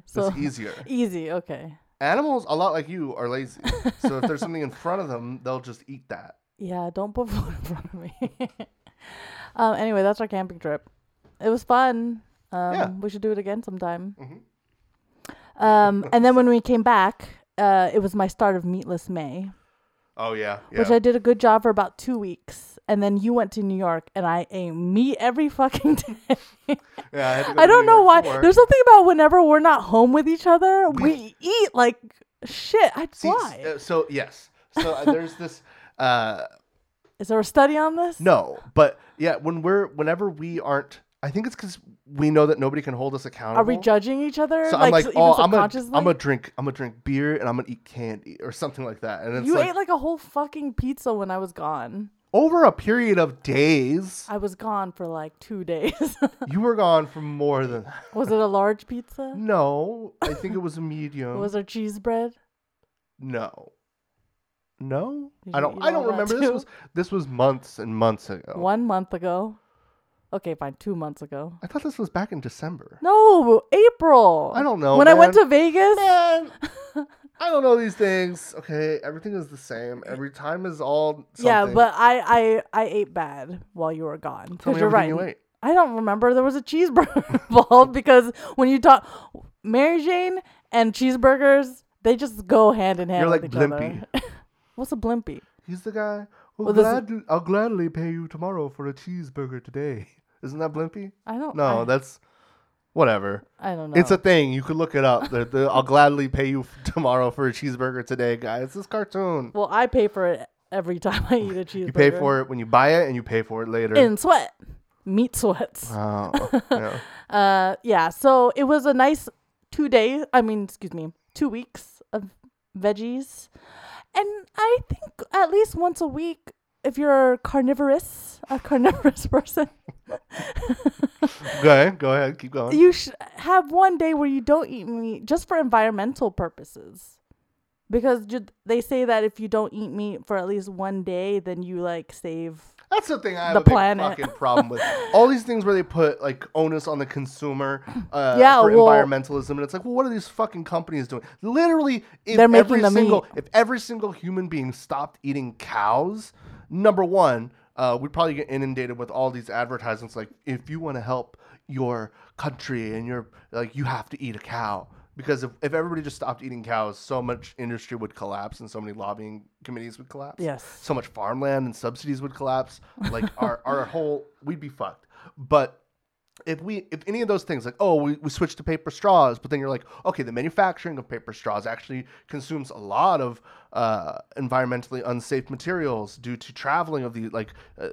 Speaker 2: so
Speaker 3: it's e-, easier.
Speaker 2: easy. Okay.
Speaker 3: Animals, a lot like you, are lazy. so if there's something in front of them, they'll just eat that.
Speaker 2: Yeah, don't put food in front of me. um. Anyway, that's our camping trip. It was fun. Um,
Speaker 3: Yeah. Mm-hmm.
Speaker 2: We should do it again sometime.
Speaker 3: Mhm.
Speaker 2: Um. And then when we came back, uh, it was my start of Meatless May.
Speaker 3: Oh yeah, yeah.
Speaker 2: which I did a good job for about two weeks. And then you went to New York, and I ate meat every fucking day.
Speaker 3: Yeah, I, had to go
Speaker 2: I
Speaker 3: to New
Speaker 2: don't know
Speaker 3: York
Speaker 2: why.
Speaker 3: for work.
Speaker 2: There's something about whenever we're not home with each other, we eat like shit. I
Speaker 3: See, s-
Speaker 2: why?
Speaker 3: uh, So yes, so uh, there's this. Uh,
Speaker 2: Is there a study on this?
Speaker 3: no, but yeah, when we're whenever we aren't, I think it's because we know that nobody can hold us accountable.
Speaker 2: Are we judging each other?
Speaker 3: So I'm like,
Speaker 2: s- even
Speaker 3: oh, I'm gonna,
Speaker 2: subconsciously?
Speaker 3: I'm gonna drink, I'm gonna drink beer and I'm gonna eat candy or something like that. And it's
Speaker 2: You
Speaker 3: like,
Speaker 2: ate like a whole fucking pizza when I was gone.
Speaker 3: over a period of days,
Speaker 2: I was gone for like two days.
Speaker 3: you were gone for more than.
Speaker 2: was it a large pizza?
Speaker 3: No, I think it was a medium.
Speaker 2: Was there cheese bread?
Speaker 3: no, no,
Speaker 2: Did
Speaker 3: I
Speaker 2: you
Speaker 3: don't.
Speaker 2: eat
Speaker 3: I don't
Speaker 2: all that
Speaker 3: remember. This
Speaker 2: too?
Speaker 3: was this was months and months ago.
Speaker 2: One month ago. Okay, fine. Two months ago.
Speaker 3: I thought this was back in December.
Speaker 2: No, April.
Speaker 3: I don't know,
Speaker 2: When I went
Speaker 3: man.
Speaker 2: to Vegas,
Speaker 3: man, I don't know these things. Okay, everything is the same. Every time is all something.
Speaker 2: yeah, but I, I I ate bad while you were gone.
Speaker 3: Tell
Speaker 2: Because
Speaker 3: me
Speaker 2: you're right.
Speaker 3: everything you ate.
Speaker 2: I don't remember there was a cheeseburger involved because when you talk Mary Jane and cheeseburgers, they just go hand in hand.
Speaker 3: You're
Speaker 2: with
Speaker 3: like
Speaker 2: each
Speaker 3: Blimpie.
Speaker 2: Other. What's a blimpy?
Speaker 3: he's the guy. who
Speaker 2: Well, this is-
Speaker 3: gladly, I'll gladly pay you tomorrow for a cheeseburger today. Isn't that Blimpy?
Speaker 2: I don't.
Speaker 3: No,
Speaker 2: I,
Speaker 3: that's whatever.
Speaker 2: I don't know.
Speaker 3: It's a thing. You could look it up. The, the, I'll gladly pay you f- tomorrow for a cheeseburger today, guy. It's this cartoon.
Speaker 2: well, I pay for it every time I eat a cheeseburger.
Speaker 3: You pay for it when you buy it, and you pay for it later.
Speaker 2: in sweat, meat sweats.
Speaker 3: oh, yeah.
Speaker 2: Uh, yeah. So it was a nice two days. I mean, excuse me, two weeks of veggies, and I think at least once a week, if you're carnivorous, a carnivorous person,
Speaker 3: Okay, go ahead. Keep going.
Speaker 2: you should have one day where you don't eat meat just for environmental purposes. Because ju- they say that if you don't eat meat for at least one day, then you like save.
Speaker 3: That's the thing I have
Speaker 2: The
Speaker 3: a big
Speaker 2: planet.
Speaker 3: fucking problem with. All these things where they put like onus on the consumer uh,
Speaker 2: Yeah,
Speaker 3: for
Speaker 2: well-
Speaker 3: environmentalism, and it's like, well, what are these fucking companies doing? Literally, if
Speaker 2: They're making
Speaker 3: every
Speaker 2: the
Speaker 3: single
Speaker 2: meat.
Speaker 3: if every single human being stopped eating cows, number one, uh, we probably get inundated with all these advertisements like, if you want to help your country and your like, you have to eat a cow. Because if, if everybody just stopped eating cows, so much industry would collapse and so many lobbying committees would collapse.
Speaker 2: Yes.
Speaker 3: So much farmland and subsidies would collapse. Like our, our whole, we'd be fucked. But if we if any of those things like oh we, we switched to paper straws but then you're like okay the manufacturing of paper straws actually consumes a lot of uh, environmentally unsafe materials due to traveling of the like uh,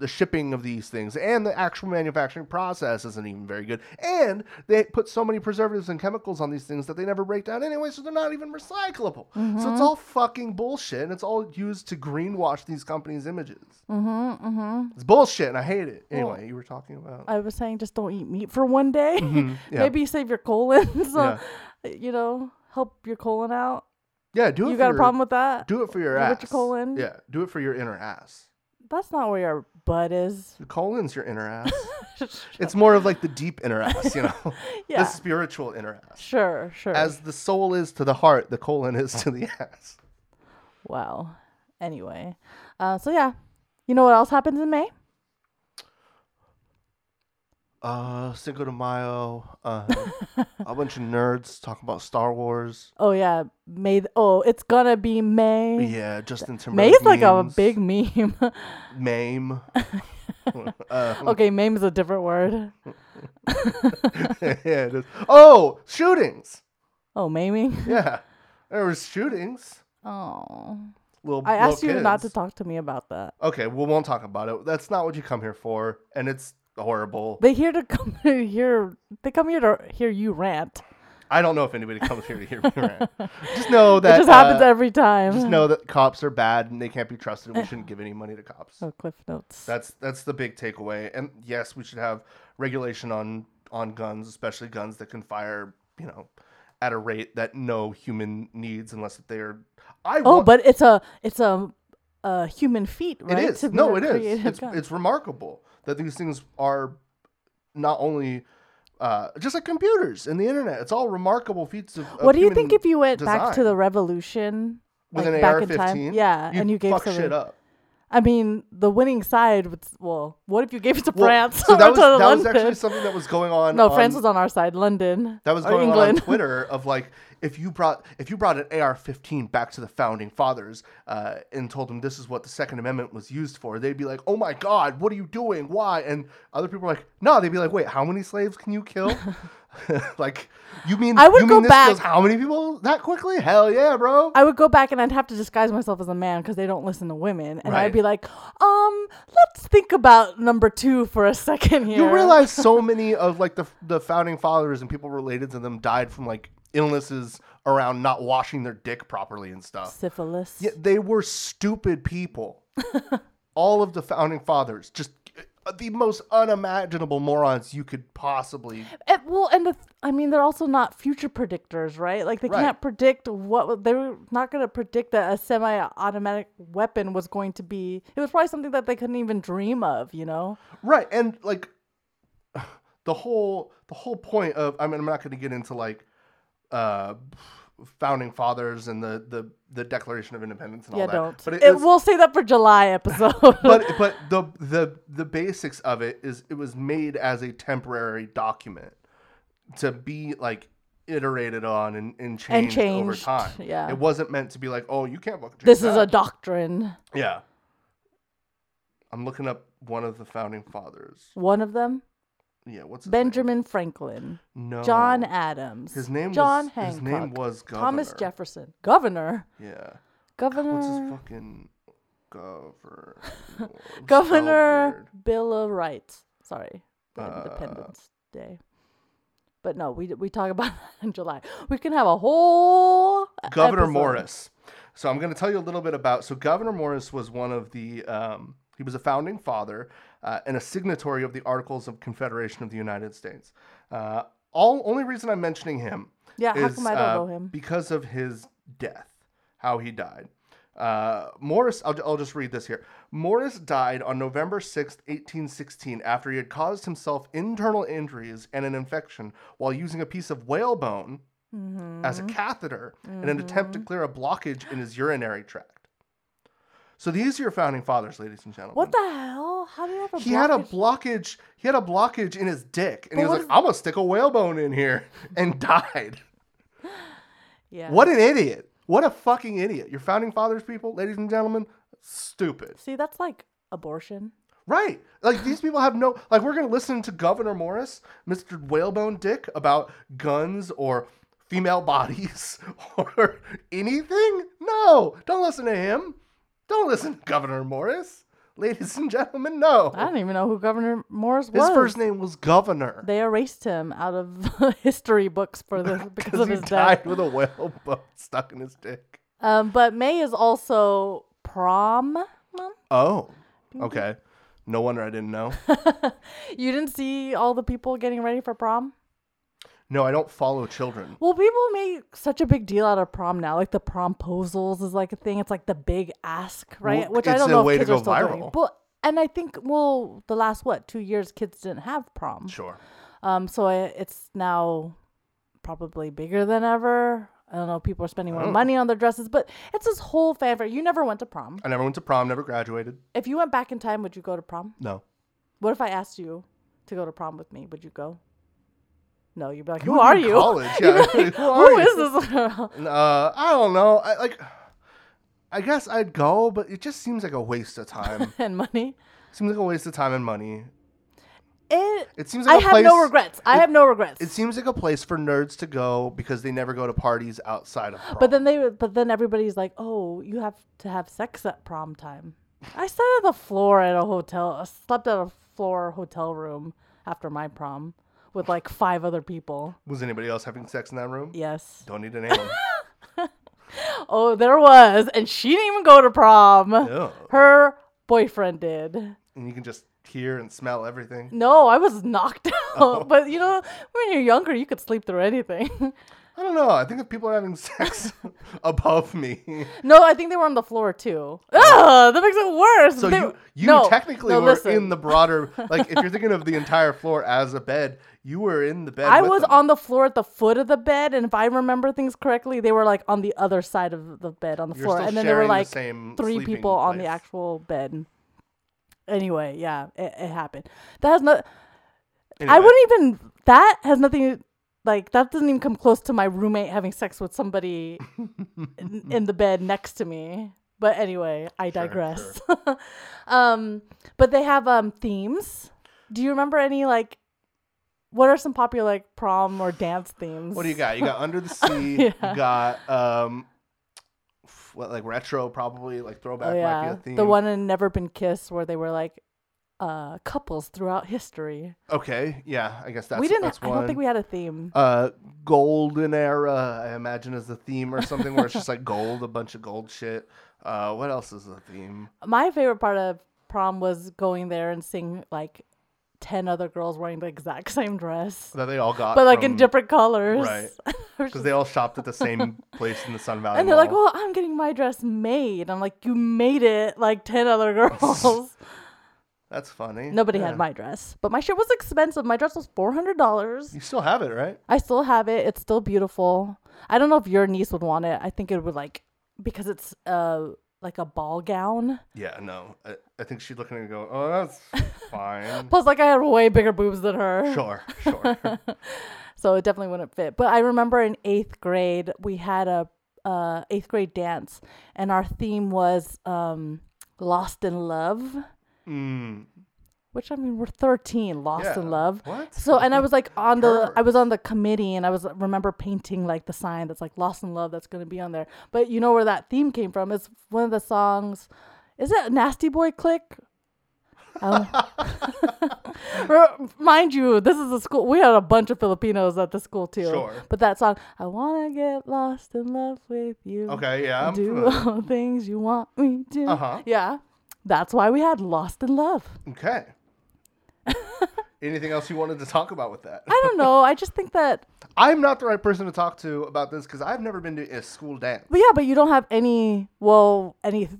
Speaker 3: the shipping of these things and the actual manufacturing process isn't even very good and they put so many preservatives and chemicals on these things that they never break down anyway so they're not even recyclable so
Speaker 2: Mm-hmm.
Speaker 3: it's all fucking bullshit and it's all used to greenwash these companies images
Speaker 2: Mm-hmm. Mm-hmm.
Speaker 3: it's bullshit and i hate it anyway you were talking about
Speaker 2: I was saying just don't eat meat for one day.
Speaker 3: yeah.
Speaker 2: Maybe save your colon. So, you know, help your colon out.
Speaker 3: yeah do it
Speaker 2: You
Speaker 3: for
Speaker 2: got a
Speaker 3: your-
Speaker 2: problem with that?
Speaker 3: Do it for your
Speaker 2: Your
Speaker 3: ass.
Speaker 2: rich colon?
Speaker 3: Yeah, do it for your inner ass.
Speaker 2: That's not where your butt is.
Speaker 3: The colon's your inner ass. it's more of like the deep inner ass, you know,
Speaker 2: Yeah.
Speaker 3: the spiritual inner ass.
Speaker 2: Sure, sure.
Speaker 3: As the soul is to the heart, the colon is to the ass.
Speaker 2: wow. Anyway, uh, so yeah, you know what else happens in May?
Speaker 3: Uh, Cinco de Mayo. Uh, a bunch of nerds talk about Star Wars.
Speaker 2: Oh yeah, May. th- oh, it's gonna be May.
Speaker 3: Yeah, Justin
Speaker 2: May
Speaker 3: Timberlake.
Speaker 2: is like a
Speaker 3: memes.
Speaker 2: big meme.
Speaker 3: meme. um,
Speaker 2: okay, meme is a different word.
Speaker 3: yeah, it is. Oh, shootings.
Speaker 2: Oh, maming.
Speaker 3: Yeah, there was shootings.
Speaker 2: Oh,
Speaker 3: Little
Speaker 2: I
Speaker 3: little
Speaker 2: asked you not to
Speaker 3: kids.
Speaker 2: talk to me about that.
Speaker 3: Okay, we won't talk about it. That's not what you come here for, and it's horrible.
Speaker 2: They here to come to hear. They come here to hear you rant.
Speaker 3: I don't know if anybody comes here to hear me rant. Just know that
Speaker 2: it just happens
Speaker 3: uh,
Speaker 2: every time.
Speaker 3: just know that cops are bad and they can't be trusted. and We shouldn't give any money to cops.
Speaker 2: Oh, cliff notes.
Speaker 3: That's that's the big takeaway. And yes, we should have regulation on on guns, especially guns that can fire. You know, at a rate that no human needs unless they are. I
Speaker 2: oh,
Speaker 3: want-
Speaker 2: but it's a it's a, a human feat, right?
Speaker 3: It is.
Speaker 2: to be
Speaker 3: No,
Speaker 2: the
Speaker 3: it is.
Speaker 2: creative
Speaker 3: It's,
Speaker 2: gun.
Speaker 3: it's remarkable that these things are not only uh, just like computers and the internet. It's all remarkable feats of. of
Speaker 2: what do you
Speaker 3: human
Speaker 2: think if you went back to
Speaker 3: design
Speaker 2: the revolution?
Speaker 3: with
Speaker 2: like
Speaker 3: an
Speaker 2: back in
Speaker 3: AR-15?
Speaker 2: time, yeah,
Speaker 3: you'd
Speaker 2: and you gave
Speaker 3: fuck
Speaker 2: somebody-
Speaker 3: shit up.
Speaker 2: I mean, the winning side was well. What if you gave it to
Speaker 3: Well,
Speaker 2: France?
Speaker 3: So
Speaker 2: or
Speaker 3: that was
Speaker 2: to
Speaker 3: that was
Speaker 2: London?
Speaker 3: actually something that was going on.
Speaker 2: no,
Speaker 3: on,
Speaker 2: France was on our side. London.
Speaker 3: That was
Speaker 2: or
Speaker 3: going on on
Speaker 2: England.
Speaker 3: Twitter of like if you brought if you brought an AR-15 back to the founding fathers uh, and told them this is what the Second Amendment was used for, they'd be like, "Oh my God, what are you doing? Why?" And other people are like, "No," they'd be like, "Wait, how many slaves can you kill?" like, you mean
Speaker 2: I would
Speaker 3: you
Speaker 2: go
Speaker 3: mean this
Speaker 2: back-
Speaker 3: kills how many people that quickly? Hell yeah, bro!
Speaker 2: I would go back and I'd have to disguise myself as a man because they don't listen to women, and I'd
Speaker 3: Right.
Speaker 2: be like, um, let's think about number two for a second here.
Speaker 3: you realize so many of like the the founding fathers and people related to them died from like illnesses around not washing their dick properly and stuff.
Speaker 2: syphilis.
Speaker 3: Yeah, they were stupid people. All of the founding fathers, just uh, the most unimaginable morons you could possibly.
Speaker 2: It, Eh, well, and the, th- I mean, they're also not future predictors, right? Like they
Speaker 3: Right.
Speaker 2: can't predict what they were not going to predict that a semi-automatic weapon was going to be. It was probably something that they couldn't even dream of, you know?
Speaker 3: Right, and like the whole the whole point of I mean I'm not going to get into like uh founding fathers and the the the Declaration of Independence and
Speaker 2: yeah,
Speaker 3: all that.
Speaker 2: don't.
Speaker 3: But
Speaker 2: It,
Speaker 3: it, it's-
Speaker 2: we'll say that for July episode.
Speaker 3: but but the the the basics of it is it was made as a temporary document to be like iterated on and, and changed, over
Speaker 2: changed,
Speaker 3: time.
Speaker 2: yeah.
Speaker 3: It wasn't meant to be like, oh, you can't fucking change
Speaker 2: this is a
Speaker 3: that.
Speaker 2: doctrine.
Speaker 3: Yeah. I'm looking up one of the founding fathers.
Speaker 2: One of them,
Speaker 3: Yeah, what's his name?
Speaker 2: Benjamin Franklin,
Speaker 3: No.
Speaker 2: John Adams,
Speaker 3: Oh. His name
Speaker 2: John
Speaker 3: was
Speaker 2: Hancock,
Speaker 3: his name was governor.
Speaker 2: Thomas Jefferson, Governor,
Speaker 3: Yeah.
Speaker 2: Governor,
Speaker 3: What's his fucking governor? Spelled
Speaker 2: Governor
Speaker 3: Oh, weird.
Speaker 2: Bill of Rights. Sorry, for
Speaker 3: Uh,
Speaker 2: Independence Day. But no, we we talk about that in July. We can have a whole e-,
Speaker 3: Governor
Speaker 2: episode.
Speaker 3: Morris. So I'm going to tell you a little bit about. So Governor Morris was one of the. Um, he was a founding father uh, and a signatory of the Articles of Confederation of the United States. Uh, all only reason I'm mentioning him.
Speaker 2: Yeah, how
Speaker 3: is,
Speaker 2: come I don't
Speaker 3: uh,
Speaker 2: know him?
Speaker 3: Because of his death, how he died. Uh, Morris, I'll, I'll just read this here. Morris died on November 6th, 1816, after he had caused himself internal injuries and an infection while using a piece of whalebone
Speaker 2: Mm-hmm.
Speaker 3: as a catheter in an attempt to clear a blockage in his urinary tract. So these are your founding fathers, ladies and gentlemen.
Speaker 2: What the hell? How did I ever?
Speaker 3: he had a blockage. He had a blockage in his dick, and he
Speaker 2: But
Speaker 3: was
Speaker 2: what
Speaker 3: like, "I'm gonna stick a whalebone in here," and died.
Speaker 2: yeah.
Speaker 3: What an idiot! What a fucking idiot! Your founding fathers, people, ladies and gentlemen, stupid.
Speaker 2: See, that's like abortion.
Speaker 3: Right? Like these people have no. Like we're gonna listen to Governor Morris, Mr. Whalebone Dick, about guns or female bodies or anything? No, don't listen to him. Don't listen to Governor Morris, ladies and gentlemen. No.
Speaker 2: I don't even know who Governor Morris
Speaker 3: Oh. His
Speaker 2: was.
Speaker 3: first name was Governor
Speaker 2: They erased him out of history books for the because
Speaker 3: because
Speaker 2: of
Speaker 3: he
Speaker 2: his death.
Speaker 3: died with a whalebone stuck in his dick.
Speaker 2: Um, but May is also prom. month.
Speaker 3: Oh, okay. No wonder I didn't know.
Speaker 2: You didn't see all the people getting ready for prom?
Speaker 3: No, I don't follow children.
Speaker 2: Well, people make such a big deal out of prom now. Like the promposals is like a thing. It's like the big ask, right?
Speaker 3: Well,
Speaker 2: Which I
Speaker 3: it's
Speaker 2: don't
Speaker 3: a
Speaker 2: know if
Speaker 3: way to
Speaker 2: kids are
Speaker 3: go
Speaker 2: still doing.
Speaker 3: viral.
Speaker 2: But and I think well, the last what two years kids didn't have prom.
Speaker 3: Sure.
Speaker 2: Um, so I, it's now probably bigger than ever. I don't know. People are spending
Speaker 3: Oh.
Speaker 2: more money on their dresses, but it's this whole fanfare. You never went to prom.
Speaker 3: I never went to prom, never graduated.
Speaker 2: If you went back in time, would you go to prom?
Speaker 3: No.
Speaker 2: What if I asked you to go to prom with me? Would you go? No, you'd be like,
Speaker 3: You
Speaker 2: "Who
Speaker 3: would be
Speaker 2: are
Speaker 3: in
Speaker 2: you?
Speaker 3: college,
Speaker 2: You'd be
Speaker 3: yeah.
Speaker 2: like,
Speaker 3: Who are
Speaker 2: Who
Speaker 3: you?"
Speaker 2: is this girl?
Speaker 3: Uh, I don't know. I like. I guess I'd go, but it just seems like a waste of time.
Speaker 2: and money.
Speaker 3: seems like a waste of time and money.
Speaker 2: It.
Speaker 3: It seems
Speaker 2: I
Speaker 3: like a
Speaker 2: have
Speaker 3: place,
Speaker 2: no regrets. I have no regrets.
Speaker 3: It seems like a place for nerds to go because they never go to parties outside of. Prom.
Speaker 2: but then they. But then everybody's like, "Oh, you have to have sex at prom time." I sat on the floor at a hotel. I slept at a floor hotel room after my prom with like five other people.
Speaker 3: was anybody else having sex in that room?
Speaker 2: Yes.
Speaker 3: Don't need to name 'em.
Speaker 2: Oh, there was, and she didn't even go to prom.
Speaker 3: Ew.
Speaker 2: Her boyfriend did.
Speaker 3: and you can just hear and smell everything.
Speaker 2: No, I was knocked out.
Speaker 3: Oh.
Speaker 2: But you know, when you're younger, you could sleep through anything.
Speaker 3: I don't know. I think if people are having sex above me,
Speaker 2: no, I think they were on the floor too. Ugh, that makes it worse.
Speaker 3: so
Speaker 2: They-
Speaker 3: you you
Speaker 2: no,
Speaker 3: technically
Speaker 2: no,
Speaker 3: were
Speaker 2: listen.
Speaker 3: in the broader. Like if you're thinking of the entire floor as a bed, you were in the bed.
Speaker 2: I
Speaker 3: with
Speaker 2: was
Speaker 3: them.
Speaker 2: on the floor at the foot of the bed, and if I remember things correctly, they were like on the other side of the bed on the
Speaker 3: You're
Speaker 2: floor,
Speaker 3: still
Speaker 2: and then there were
Speaker 3: sharing the
Speaker 2: like
Speaker 3: same
Speaker 2: three
Speaker 3: sleeping
Speaker 2: people on the
Speaker 3: place.
Speaker 2: actual bed. Anyway, yeah, it, it happened. That has not. I
Speaker 3: Anyway.
Speaker 2: wouldn't even. That has nothing. Like that doesn't even come close to my roommate having sex with somebody in, in the bed next to me. But anyway, I digress. um, but they have um themes. Do you remember any like? What are some popular like prom or dance themes?
Speaker 3: What do you got? You got Under the Sea.
Speaker 2: Yeah.
Speaker 3: You got um, f- what like retro probably like throwback
Speaker 2: Oh
Speaker 3: might
Speaker 2: yeah,
Speaker 3: be a theme.
Speaker 2: the one in Never Been Kissed where they were like uh couples throughout history.
Speaker 3: Okay, yeah, I guess that's
Speaker 2: we didn't.
Speaker 3: That's
Speaker 2: I
Speaker 3: one.
Speaker 2: don't think we had a theme.
Speaker 3: uh, golden era. I imagine is the theme or something where it's just like gold, a bunch of gold shit. Uh, what else is the theme?
Speaker 2: My favorite part of prom was going there and seeing like ten other girls wearing the exact same dress,
Speaker 3: That they all got,
Speaker 2: but like in
Speaker 3: from-
Speaker 2: different colors.
Speaker 3: right.
Speaker 2: I was
Speaker 3: because
Speaker 2: just-
Speaker 3: they all shopped at the same place in the Sun Valley.
Speaker 2: and they're like,
Speaker 3: Mall.
Speaker 2: "Well, I'm getting my dress made." I'm like, "You made it like ten other girls."
Speaker 3: that's funny."
Speaker 2: Nobody
Speaker 3: Yeah.
Speaker 2: had my dress, but my shit was expensive. My dress was four hundred dollars.
Speaker 3: You still have it, right?
Speaker 2: I still have it. It's still beautiful. I don't know if your niece would want it. I think it would like because it's uh like a ball gown.
Speaker 3: Yeah, no. I, I think she'd look at it and go, "Oh, that's fine."
Speaker 2: Plus, like I had way bigger boobs than her,
Speaker 3: sure, sure.
Speaker 2: so it definitely wouldn't fit. But I remember in eighth grade we had a uh eighth grade dance, and our theme was um lost in love.
Speaker 3: Mm,
Speaker 2: Which I mean, we're thirteen, lost in
Speaker 3: Yeah.
Speaker 2: love.
Speaker 3: What?
Speaker 2: So, and I was like on the, I
Speaker 3: Pervert.
Speaker 2: was on the committee, and I was remember painting like the sign that's like "Lost in Love" that's going to be on there. But you know where that theme came from? It's one of the songs. Is it Nasty Boy Click? Um, re- mind you, this is a school. We had a bunch of Filipinos at the school too.
Speaker 3: Sure.
Speaker 2: But that song, "I wanna get lost in love with you."
Speaker 3: okay, yeah. I'm
Speaker 2: Do
Speaker 3: familiar.
Speaker 2: all things you want me to.
Speaker 3: Uh-huh.
Speaker 2: Yeah. That's why we had Lost in Love.
Speaker 3: Okay. Anything else you wanted to talk about with that?
Speaker 2: I don't know. I just think that,
Speaker 3: I'm not the right person to talk to about this because I've never been to a school dance.
Speaker 2: but yeah, but you don't have any, well, any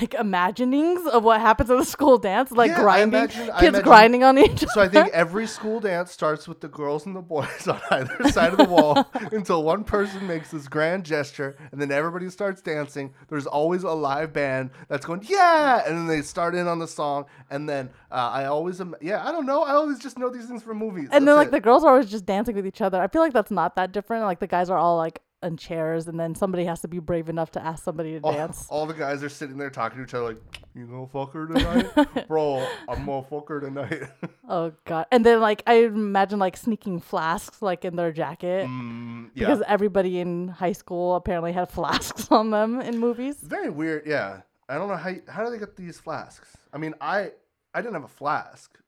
Speaker 2: like imaginings of what happens at the school dance, like
Speaker 3: Yeah, I
Speaker 2: grinding
Speaker 3: imagine- I
Speaker 2: kids
Speaker 3: imagine-
Speaker 2: grinding on each other.
Speaker 3: So I think every school dance starts with the girls and the boys on either side of the wall until one person makes this grand gesture and then everybody starts dancing. There's always a live band that's going, yeah, and then they start in on the song. And then uh, I always, am- yeah, I don't know. I always just know these things from movies.
Speaker 2: and then
Speaker 3: That's
Speaker 2: like
Speaker 3: it.
Speaker 2: the girls are always just dancing with each other. I feel like that's not that different. Like the guys are all like on chairs, and then somebody has to be brave enough to ask somebody to
Speaker 3: all,
Speaker 2: dance.
Speaker 3: all the guys are sitting there talking to each other like, you gonna fuck her tonight? Bro, I'm gonna fuck her tonight.
Speaker 2: Oh god! And then like I imagine like sneaking flasks like in their jacket
Speaker 3: Mm, yeah.
Speaker 2: because everybody in high school apparently had flasks on them in movies.
Speaker 3: Very weird. Yeah, I don't know how you, how do they get these flasks. I mean, I I didn't have a flask.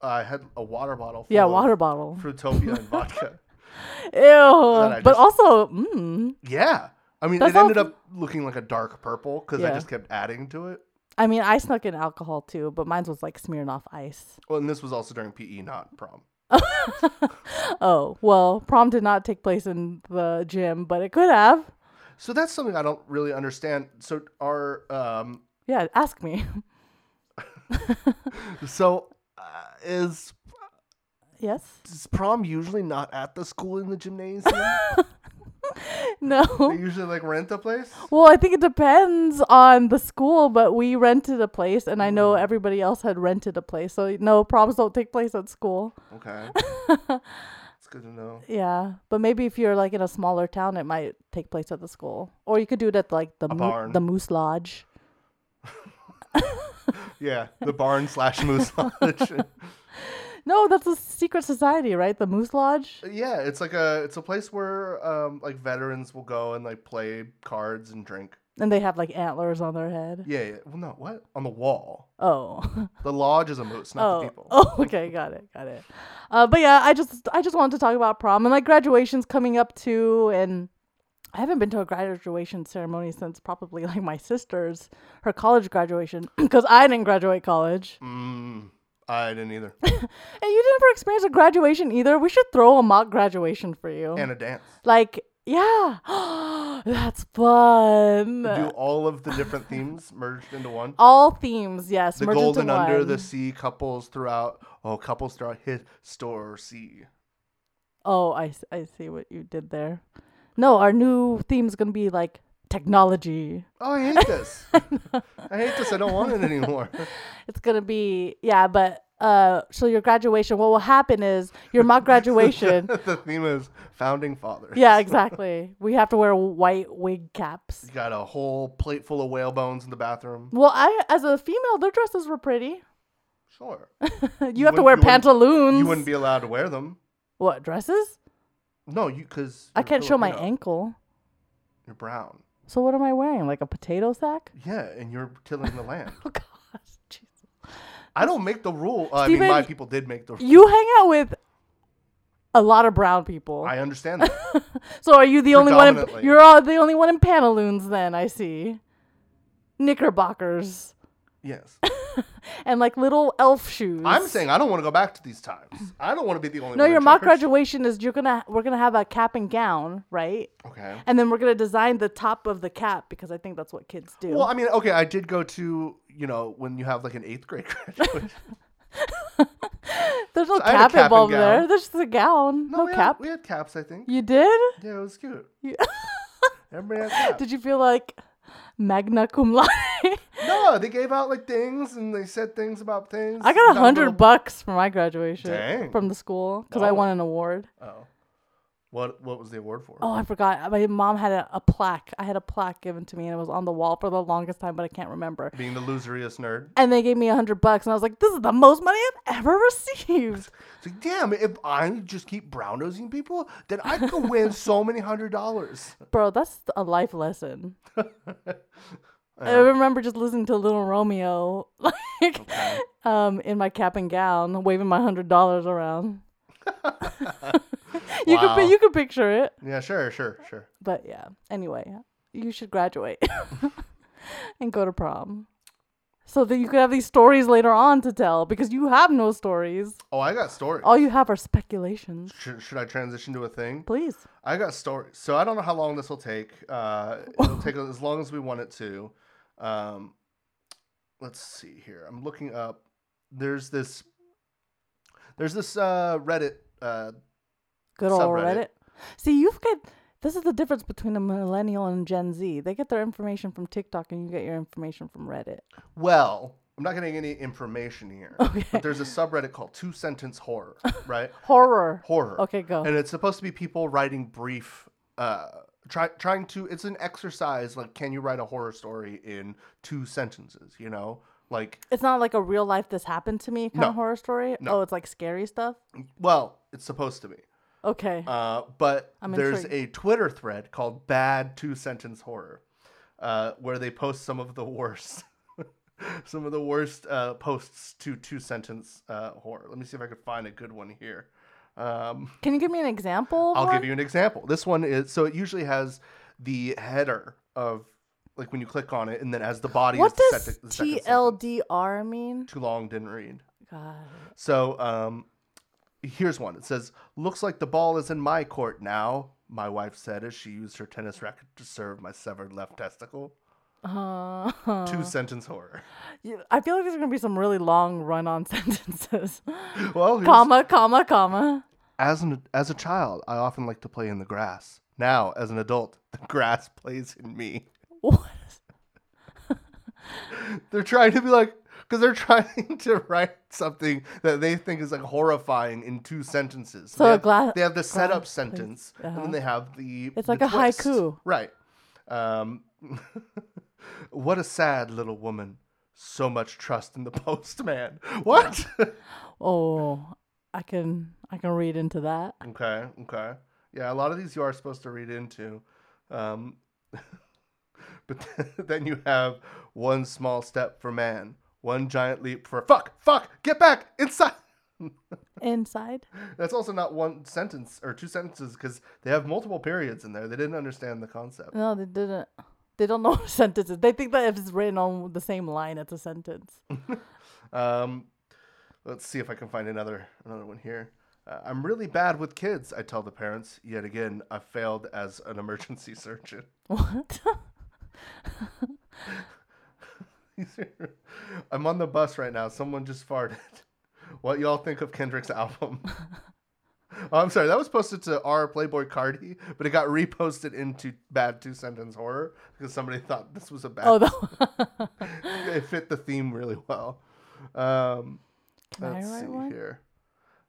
Speaker 3: I had a water bottle.
Speaker 2: Yeah,
Speaker 3: full of
Speaker 2: water bottle.
Speaker 3: Fruitopia and vodka.
Speaker 2: Ew.
Speaker 3: I
Speaker 2: But
Speaker 3: just-
Speaker 2: also, mm,
Speaker 3: Yeah, I mean,
Speaker 2: That's
Speaker 3: it ended
Speaker 2: all-
Speaker 3: up looking like a dark purple because I
Speaker 2: Yeah.
Speaker 3: just kept adding to it.
Speaker 2: I mean, I snuck in alcohol too, but mine was like smearing off ice.
Speaker 3: Well, and this was also during PE, not prom.
Speaker 2: Oh well, prom did not take place in the gym, but it could have.
Speaker 3: So that's something I don't really understand. So our um,
Speaker 2: Yeah, ask me.
Speaker 3: so uh, is
Speaker 2: yes.
Speaker 3: is prom usually not at the school in the gymnasium? they
Speaker 2: No.
Speaker 3: usually like rent a place.
Speaker 2: Well, I think it depends on the school, but we rented a place, and I know everybody else had rented a place. So, no, proms don't take place at school.
Speaker 3: Okay, it's good to know.
Speaker 2: Yeah. But maybe if you're like in a smaller town, it might take place at the school. Or you could do it at like the, mo-
Speaker 3: barn.
Speaker 2: the Moose Lodge.
Speaker 3: Yeah, the barn slash moose lodge.
Speaker 2: No, that's a secret society, right? The Moose Lodge?
Speaker 3: yeah, it's like a it's a place where um like veterans will go and like play cards and drink.
Speaker 2: And they have like antlers on their head.
Speaker 3: Yeah, yeah. well no, what on the wall?
Speaker 2: Oh.
Speaker 3: The lodge is a moose, not the
Speaker 2: Oh,
Speaker 3: people.
Speaker 2: oh, okay, got it, got it. Uh, but yeah, I just I just wanted to talk about prom and like graduation's coming up too, and I haven't been to a graduation ceremony since probably like my sister's her college graduation because I didn't graduate college, and
Speaker 3: Mm, I didn't either.
Speaker 2: you didn't ever experience a graduation either. We should throw a mock graduation for you,
Speaker 3: And a dance.
Speaker 2: like yeah, that's fun.
Speaker 3: Do all of the different themes merged into one.
Speaker 2: Uh. All themes, yes.
Speaker 3: The
Speaker 2: merged into
Speaker 3: golden under,
Speaker 2: one.
Speaker 3: the sea, couples throughout. Oh, couples throughout his store sea.
Speaker 2: Oh, I, s- I see what you did there. No, our new theme's going to be like technology.
Speaker 3: Oh, I hate this. I hate this. I don't want it anymore.
Speaker 2: It's going to be, yeah, but uh, so your graduation, what will happen is your mock graduation.
Speaker 3: the theme is founding fathers.
Speaker 2: yeah, exactly. We have to wear white wig caps.
Speaker 3: You got a whole plate full of whale bones in the bathroom.
Speaker 2: Well, I, as a female, their dresses were pretty.
Speaker 3: Sure.
Speaker 2: you, have to
Speaker 3: wouldn't-
Speaker 2: wear
Speaker 3: you wouldn't-
Speaker 2: pantaloons.
Speaker 3: You wouldn't be allowed to wear them.
Speaker 2: What, dresses?
Speaker 3: No, you because
Speaker 2: I can't show my
Speaker 3: ankle.
Speaker 2: ankle.
Speaker 3: You're brown.
Speaker 2: So what am I wearing? Like a potato sack?
Speaker 3: Yeah, and you're tilling the land.
Speaker 2: Oh, gosh. Jesus.
Speaker 3: I don't make the rule. Uh, I mean,
Speaker 2: Steven,
Speaker 3: my people did make the rule.
Speaker 2: You hang out with a lot of brown people.
Speaker 3: I understand that.
Speaker 2: So are you the only one? In,
Speaker 3: Predominantly.
Speaker 2: you're all the only one in pantaloons then. I see. Knickerbockers
Speaker 3: yes,
Speaker 2: and like little elf shoes.
Speaker 3: I'm saying I don't want to go back to these times. I don't want to be the only.
Speaker 2: No,
Speaker 3: one
Speaker 2: your
Speaker 3: in
Speaker 2: mock
Speaker 3: church.
Speaker 2: graduation is you're gonna we're gonna have a cap and gown, right?
Speaker 3: Okay.
Speaker 2: And then we're gonna design the top of the cap because I think that's what kids do.
Speaker 3: Well, I mean, okay, I did go to you know when you have like an eighth grade graduation.
Speaker 2: There's no
Speaker 3: I had a
Speaker 2: cap,
Speaker 3: cap and
Speaker 2: involved
Speaker 3: gown.
Speaker 2: there. There's just a gown.
Speaker 3: No,
Speaker 2: No,
Speaker 3: we had-
Speaker 2: cap.
Speaker 3: we had caps, I think.
Speaker 2: you did?
Speaker 3: Yeah, it was cute.
Speaker 2: You-
Speaker 3: Everybody had caps.
Speaker 2: Did you feel like magna cum laude?
Speaker 3: No, they gave out like things and they said things about things.
Speaker 2: I
Speaker 3: We
Speaker 2: got a
Speaker 3: little-
Speaker 2: hundred bucks for my graduation
Speaker 3: Dang.
Speaker 2: from the school because I
Speaker 3: Oh.
Speaker 2: won an award.
Speaker 3: Oh. What what was the award for?
Speaker 2: Oh, I forgot. My mom had a, a plaque. I had a plaque given to me, and it was on the wall for the longest time, but I can't remember.
Speaker 3: Being the loseriest nerd.
Speaker 2: And they gave me a hundred bucks, and I was like, "This is the most money I've ever received."
Speaker 3: It's like, damn, if I just keep brown nosing people, then I could win so many hundred dollars.
Speaker 2: Bro, that's a life lesson. I remember just listening to Little Romeo, like, um, in my cap and gown, waving my hundred dollars around. you could
Speaker 3: Wow.
Speaker 2: pi- you could picture it,
Speaker 3: Yeah, sure, sure, sure.
Speaker 2: but yeah. Anyway, you should graduate and go to prom, so that you could have these stories later on to tell. Because you have no stories.
Speaker 3: Oh, I got stories.
Speaker 2: All you have are speculations.
Speaker 3: Should, should I transition to a thing?
Speaker 2: Please.
Speaker 3: I got stories. So I don't know how long this will take. Uh, it'll take as long as we want it to. Um, let's see here. I'm looking up. There's this. There's this uh, Reddit. Uh,
Speaker 2: Good old
Speaker 3: Subreddit.
Speaker 2: Reddit. See, you've got this is the difference between a millennial and Gen Z. They get their information from TikTok, and you get your information from Reddit.
Speaker 3: well, I'm not getting any information here.
Speaker 2: Okay.
Speaker 3: But there's a subreddit called Two Sentence Horror, right?
Speaker 2: Horror.
Speaker 3: Horror.
Speaker 2: Okay, go.
Speaker 3: And it's supposed to be people writing brief, uh, try, trying to. It's an exercise like, can you write a horror story in two sentences? You know, like,
Speaker 2: It's not like a real life this happened to me kind
Speaker 3: No.
Speaker 2: of horror story.
Speaker 3: No.
Speaker 2: Oh, it's like scary stuff.
Speaker 3: well, it's supposed to be.
Speaker 2: Okay.
Speaker 3: Uh, but
Speaker 2: I'm
Speaker 3: there's a Twitter thread called Bad Two Sentence Horror, uh, where they post some of the worst, some of the worst uh, posts to two sentence uh, horror. Let me see if I could find a good one here. Um,
Speaker 2: Can you give me an example? of
Speaker 3: I'll
Speaker 2: one?
Speaker 3: give you an example. This one is so it usually has the header of like when you click on it, and then as the body.
Speaker 2: What
Speaker 3: is the
Speaker 2: does
Speaker 3: sec- the second sentence.
Speaker 2: TLDR mean?
Speaker 3: Too long, didn't read.
Speaker 2: God.
Speaker 3: So um, here's one. It says, "Looks like the ball is in my court now." My wife said as she used her tennis racket to serve my severed left testicle.
Speaker 2: Uh,
Speaker 3: Two sentence horror.
Speaker 2: you- I feel like there's gonna be some really long run-on sentences.
Speaker 3: Well, here's-
Speaker 2: comma, comma, comma.
Speaker 3: as an as a child, I often like to play in the grass. Now, as an adult, the grass plays in me.
Speaker 2: What?
Speaker 3: They're trying to be like, because they're trying to write something that they think is like horrifying in two sentences.
Speaker 2: So
Speaker 3: they
Speaker 2: a
Speaker 3: have,
Speaker 2: gla-
Speaker 3: they have the setup
Speaker 2: glass plays-
Speaker 3: sentence, and
Speaker 2: uh-huh.
Speaker 3: then they have the.
Speaker 2: It's
Speaker 3: the
Speaker 2: like a
Speaker 3: twist.
Speaker 2: haiku.
Speaker 3: right? Um, what a sad little woman. So much trust in the postman. What?
Speaker 2: Oh, I can I can read into that.
Speaker 3: okay, okay, yeah. A lot of these you are supposed to read into, um, but then you have one small step for man, one giant leap for fuck, fuck, get back inside.
Speaker 2: Inside.
Speaker 3: That's also not one sentence or two sentences because they have multiple periods in there. They didn't understand the concept.
Speaker 2: No, they didn't. They don't know what a sentence is. They think that if it's written on the same line, it's a sentence.
Speaker 3: Um, let's see if I can find another another one here. Uh, I'm really bad with kids. I tell the parents. Yet again, I failed as an emergency surgeon.
Speaker 2: What?
Speaker 3: I'm on the bus right now. Someone just farted. What y'all think of Kendrick's album? oh, I'm sorry. That was posted to our Playboy Cardi, but it got reposted into Bad Two Sentence Horror because somebody thought this was a bad.
Speaker 2: oh, the
Speaker 3: it fit the theme really well. Um,
Speaker 2: Can I
Speaker 3: let's
Speaker 2: write
Speaker 3: see
Speaker 2: one?
Speaker 3: here.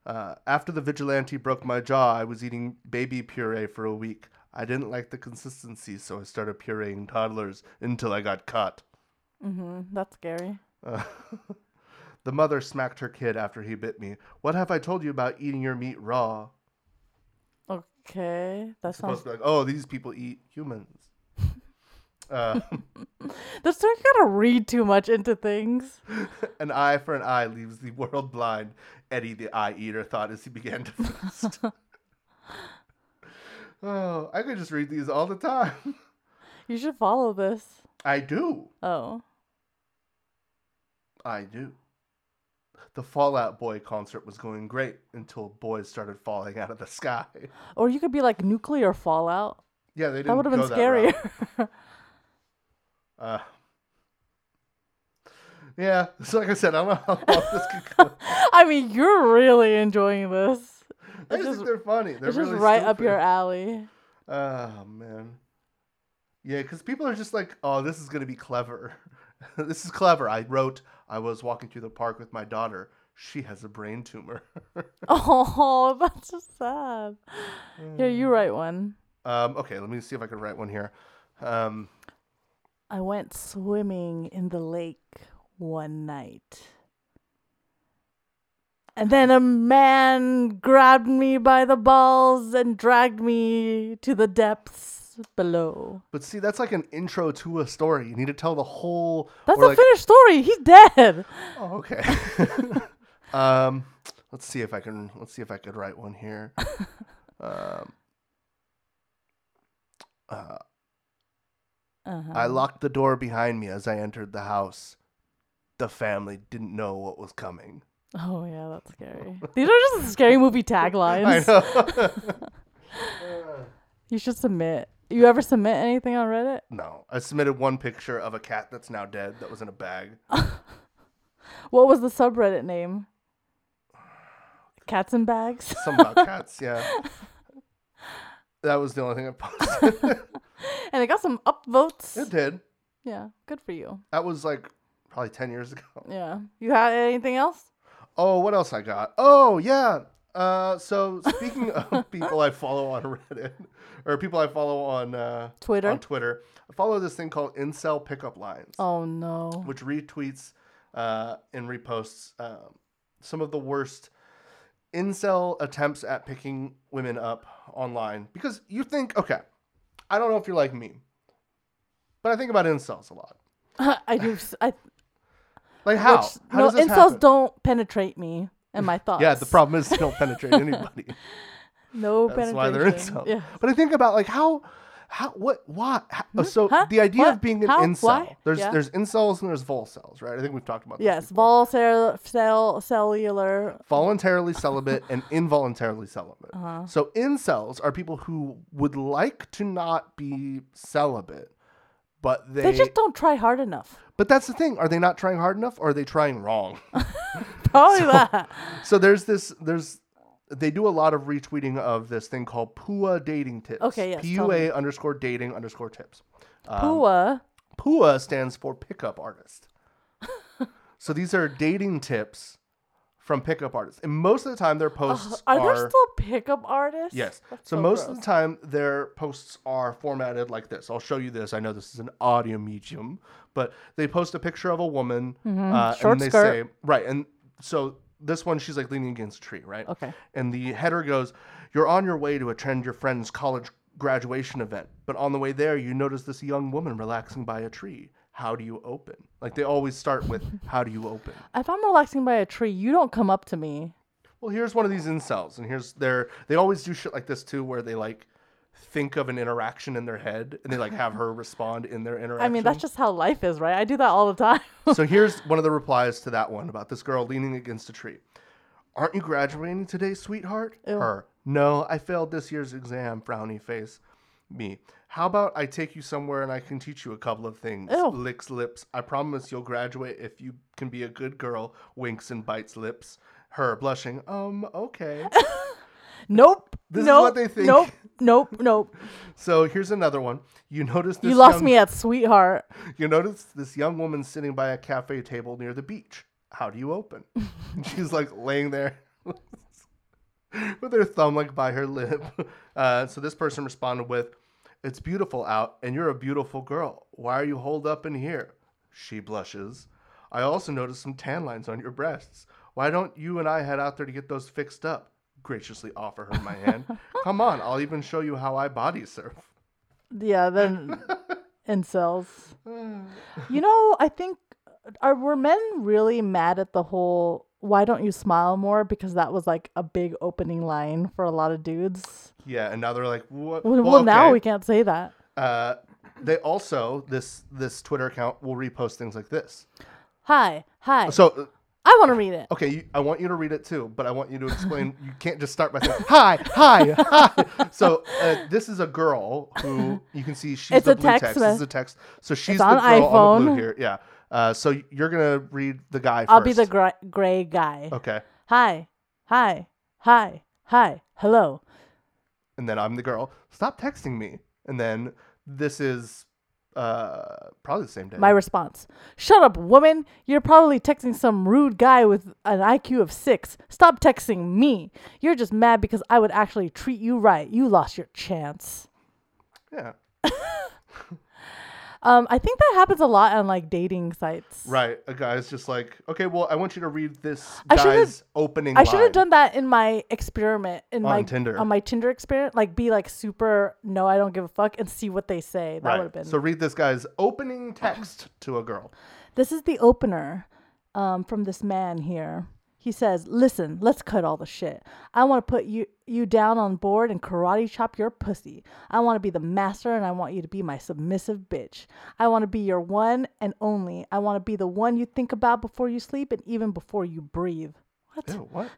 Speaker 3: Uh, after the vigilante broke my jaw, I was eating baby puree for a week. I didn't like the consistency, so I started pureeing toddlers until I got caught.
Speaker 2: hmm That's scary.
Speaker 3: Uh, the mother smacked her kid after he bit me. What have I told you about eating your meat raw?
Speaker 2: Okay, that sounds.
Speaker 3: Supposed to be like, oh, these people eat humans. Uh,
Speaker 2: That's you gotta read too much into things.
Speaker 3: An eye for an eye leaves the world blind, Eddie the Eye Eater thought as he began to feast. oh, I could just read these all the time.
Speaker 2: You should follow this.
Speaker 3: I do.
Speaker 2: Oh,
Speaker 3: I do. The Fallout Boy concert was going great until boys started falling out of the sky.
Speaker 2: or you could be like nuclear fallout.
Speaker 3: Yeah, they didn't.
Speaker 2: That would have been
Speaker 3: go that route.
Speaker 2: scarier.
Speaker 3: Uh, yeah, so like I said, I don't know how long this could go.
Speaker 2: I mean, you're really enjoying this.
Speaker 3: I just
Speaker 2: just-
Speaker 3: think they're funny. They're
Speaker 2: it's
Speaker 3: really
Speaker 2: just right up
Speaker 3: stupid.
Speaker 2: your alley.
Speaker 3: Oh man. Yeah, because people are just like, oh, this is gonna be clever. this is clever. I wrote, I was walking through the park with my daughter. She has a brain tumor.
Speaker 2: Oh, that's just sad. Here,
Speaker 3: Hmm.
Speaker 2: you write one.
Speaker 3: um, okay, let me see if I can write one here. Um,
Speaker 2: I went swimming in the lake one night. And then a man grabbed me by the balls and dragged me to the depths below.
Speaker 3: but see, that's like an intro to a story. You need to tell the whole.
Speaker 2: That's
Speaker 3: or
Speaker 2: a
Speaker 3: like,
Speaker 2: finished story. He's dead.
Speaker 3: Oh, okay. um, let's see if I can. Let's see if I could write one here. Um, uh,
Speaker 2: Uh-huh.
Speaker 3: I locked the door behind me as I entered the house. The family didn't know what was coming.
Speaker 2: Oh yeah, that's scary. These are just scary movie taglines.
Speaker 3: I know.
Speaker 2: You should submit. You ever submit anything on Reddit?
Speaker 3: No, I submitted one picture of a cat that's now dead that was in a bag.
Speaker 2: What was the subreddit name? Cats and bags.
Speaker 3: Something about cats, yeah. That was the only thing I posted.
Speaker 2: and it got some upvotes.
Speaker 3: it did.
Speaker 2: Yeah, good for you.
Speaker 3: That was like probably 10 years ago.
Speaker 2: Yeah. You had anything else?
Speaker 3: Oh, what else I got? Oh, yeah. Uh, so speaking of people I follow on Reddit or people I follow on uh,
Speaker 2: Twitter?
Speaker 3: on Twitter, I follow this thing called Incel Pickup Lines,
Speaker 2: Oh no.
Speaker 3: which retweets uh, and reposts um, some of the worst incel attempts at picking women up online. Because you think, okay, I don't know if you're like me, but I think about incels a lot.
Speaker 2: I do. s- I
Speaker 3: Like how?
Speaker 2: which-
Speaker 3: how
Speaker 2: no
Speaker 3: does this
Speaker 2: incels
Speaker 3: happen?
Speaker 2: don't penetrate me and my thoughts.
Speaker 3: Yeah, the problem is they don't penetrate anybody.
Speaker 2: No
Speaker 3: That's
Speaker 2: penetration.
Speaker 3: why they're incel.
Speaker 2: Yeah.
Speaker 3: But I think about like how, how, what, why? How, so
Speaker 2: Hmm? Huh?
Speaker 3: the idea
Speaker 2: What?
Speaker 3: of being an
Speaker 2: How?
Speaker 3: incel,
Speaker 2: Why?
Speaker 3: there's
Speaker 2: Yeah.
Speaker 3: there's incels and there's volcells, right? I think we've talked about this.
Speaker 2: Yes,
Speaker 3: before.
Speaker 2: vol cell, cell cellular.
Speaker 3: voluntarily celibate and involuntarily celibate.
Speaker 2: Uh-huh.
Speaker 3: So incels are people who would like to not be celibate, but they,
Speaker 2: They just don't try hard enough.
Speaker 3: but that's the thing. Are they not trying hard enough or are they trying wrong?
Speaker 2: Probably that.
Speaker 3: so there's this there's they do a lot of retweeting of this thing called PUA dating tips.
Speaker 2: Okay, yes, tell me.
Speaker 3: PUA underscore dating underscore tips. um,
Speaker 2: Pua.
Speaker 3: PUA stands for pickup artist. so these are dating tips from pickup artists. And most of the time their posts
Speaker 2: Uh, Are, there still pickup artists?
Speaker 3: Yes.
Speaker 2: That's
Speaker 3: so most
Speaker 2: gross.
Speaker 3: of the time their posts are formatted like this. I'll show you this. I know this is an audio medium, but they post a picture of a woman uh,
Speaker 2: Mm-hmm. Short
Speaker 3: and they
Speaker 2: skirt.
Speaker 3: say right and so this one she's like leaning against a tree, right?
Speaker 2: Okay.
Speaker 3: And the header goes, "You're on your way to attend your friend's college graduation event, but on the way there you notice this young woman relaxing by a tree. How do you open?" Like they always start with, "How do you open?"
Speaker 2: If I'm relaxing by a tree, you don't come up to me.
Speaker 3: well here's one of these incels and here's their they always do shit like this too where they like think of an interaction in their head and they like have her respond in their interaction
Speaker 2: I mean, that's just how life is, right? I do that all the time.
Speaker 3: so here's one of the replies to that one about this girl leaning against a tree aren't you graduating today sweetheart her no i failed this year's exam frowny face me how about i take you somewhere and i can teach you a couple of things
Speaker 2: Ew.
Speaker 3: licks lips i promise you'll graduate if you can be a good girl winks and bites lips her blushing um okay
Speaker 2: nope.
Speaker 3: This is
Speaker 2: nope,
Speaker 3: what they think.
Speaker 2: Nope. Nope. Nope.
Speaker 3: So here's another one. You notice this
Speaker 2: you lost
Speaker 3: young,
Speaker 2: me at sweetheart.
Speaker 3: You notice this young woman sitting by a cafe table near the beach. How do you open? And She's like laying there with her thumb like by her lip. Uh, so this person responded with, "It's beautiful out, and you're a beautiful girl. Why are you holed up in here?" She blushes. I also noticed some tan lines on your breasts. Why don't you and I head out there to get those fixed up? Graciously offer her my hand. Come on, I'll even show you how I body surf.
Speaker 2: Yeah. Then incels. you know, I think are were men really mad at the whole why don't you smile more because that was like a big opening line for a lot of dudes.
Speaker 3: Yeah, and now they're like, what?
Speaker 2: Well, well, now
Speaker 3: okay.
Speaker 2: we can't say that.
Speaker 3: Uh, they also this this Twitter account will repost things like this.
Speaker 2: Hi. Hi.
Speaker 3: So uh,
Speaker 2: I want to read it.
Speaker 3: okay, you, I want you to read it too, but I want you to explain. you can't just start by saying hi, hi, hi. So uh, this is a girl who you can see she's
Speaker 2: It's
Speaker 3: the
Speaker 2: a
Speaker 3: blue
Speaker 2: text
Speaker 3: text. This
Speaker 2: mess-
Speaker 3: is a text. So she's
Speaker 2: It's
Speaker 3: the
Speaker 2: on
Speaker 3: girl on the
Speaker 2: iPhone.
Speaker 3: blue here. Yeah. Uh, so you're gonna read the guy.
Speaker 2: I'll be the
Speaker 3: first.
Speaker 2: gray, gray guy.
Speaker 3: Okay,
Speaker 2: Hi. Hi. Hi. Hi. Hello.
Speaker 3: and then I'm the girl. Stop texting me. And then this is uh, probably the same day.
Speaker 2: My response Shut up, woman. You're probably texting some rude guy with an IQ of six. Stop texting me. You're just mad because I would actually treat you right. You lost your chance.
Speaker 3: yeah.
Speaker 2: Um, I think that happens a lot on like dating sites.
Speaker 3: Right. A guy's just like, okay, well, I want you to read this
Speaker 2: I should've-
Speaker 3: guy's opening.
Speaker 2: I should
Speaker 3: line."
Speaker 2: have done that in my experiment in my
Speaker 3: Tinder.
Speaker 2: on my Tinder experiment. Like, be like super. No, I don't give a fuck, and see what they say. That
Speaker 3: Right.
Speaker 2: would have been.
Speaker 3: So read this guy's opening text to a girl.
Speaker 2: This is the opener um, from this man here. He says, "Listen, let's cut all the shit. I want to put you you down on board and karate chop your pussy. I want to be the master and I want you to be my submissive bitch. I want to be your one and only. I want to be the one you think about before you sleep and even before you breathe. What?
Speaker 3: Ew, what?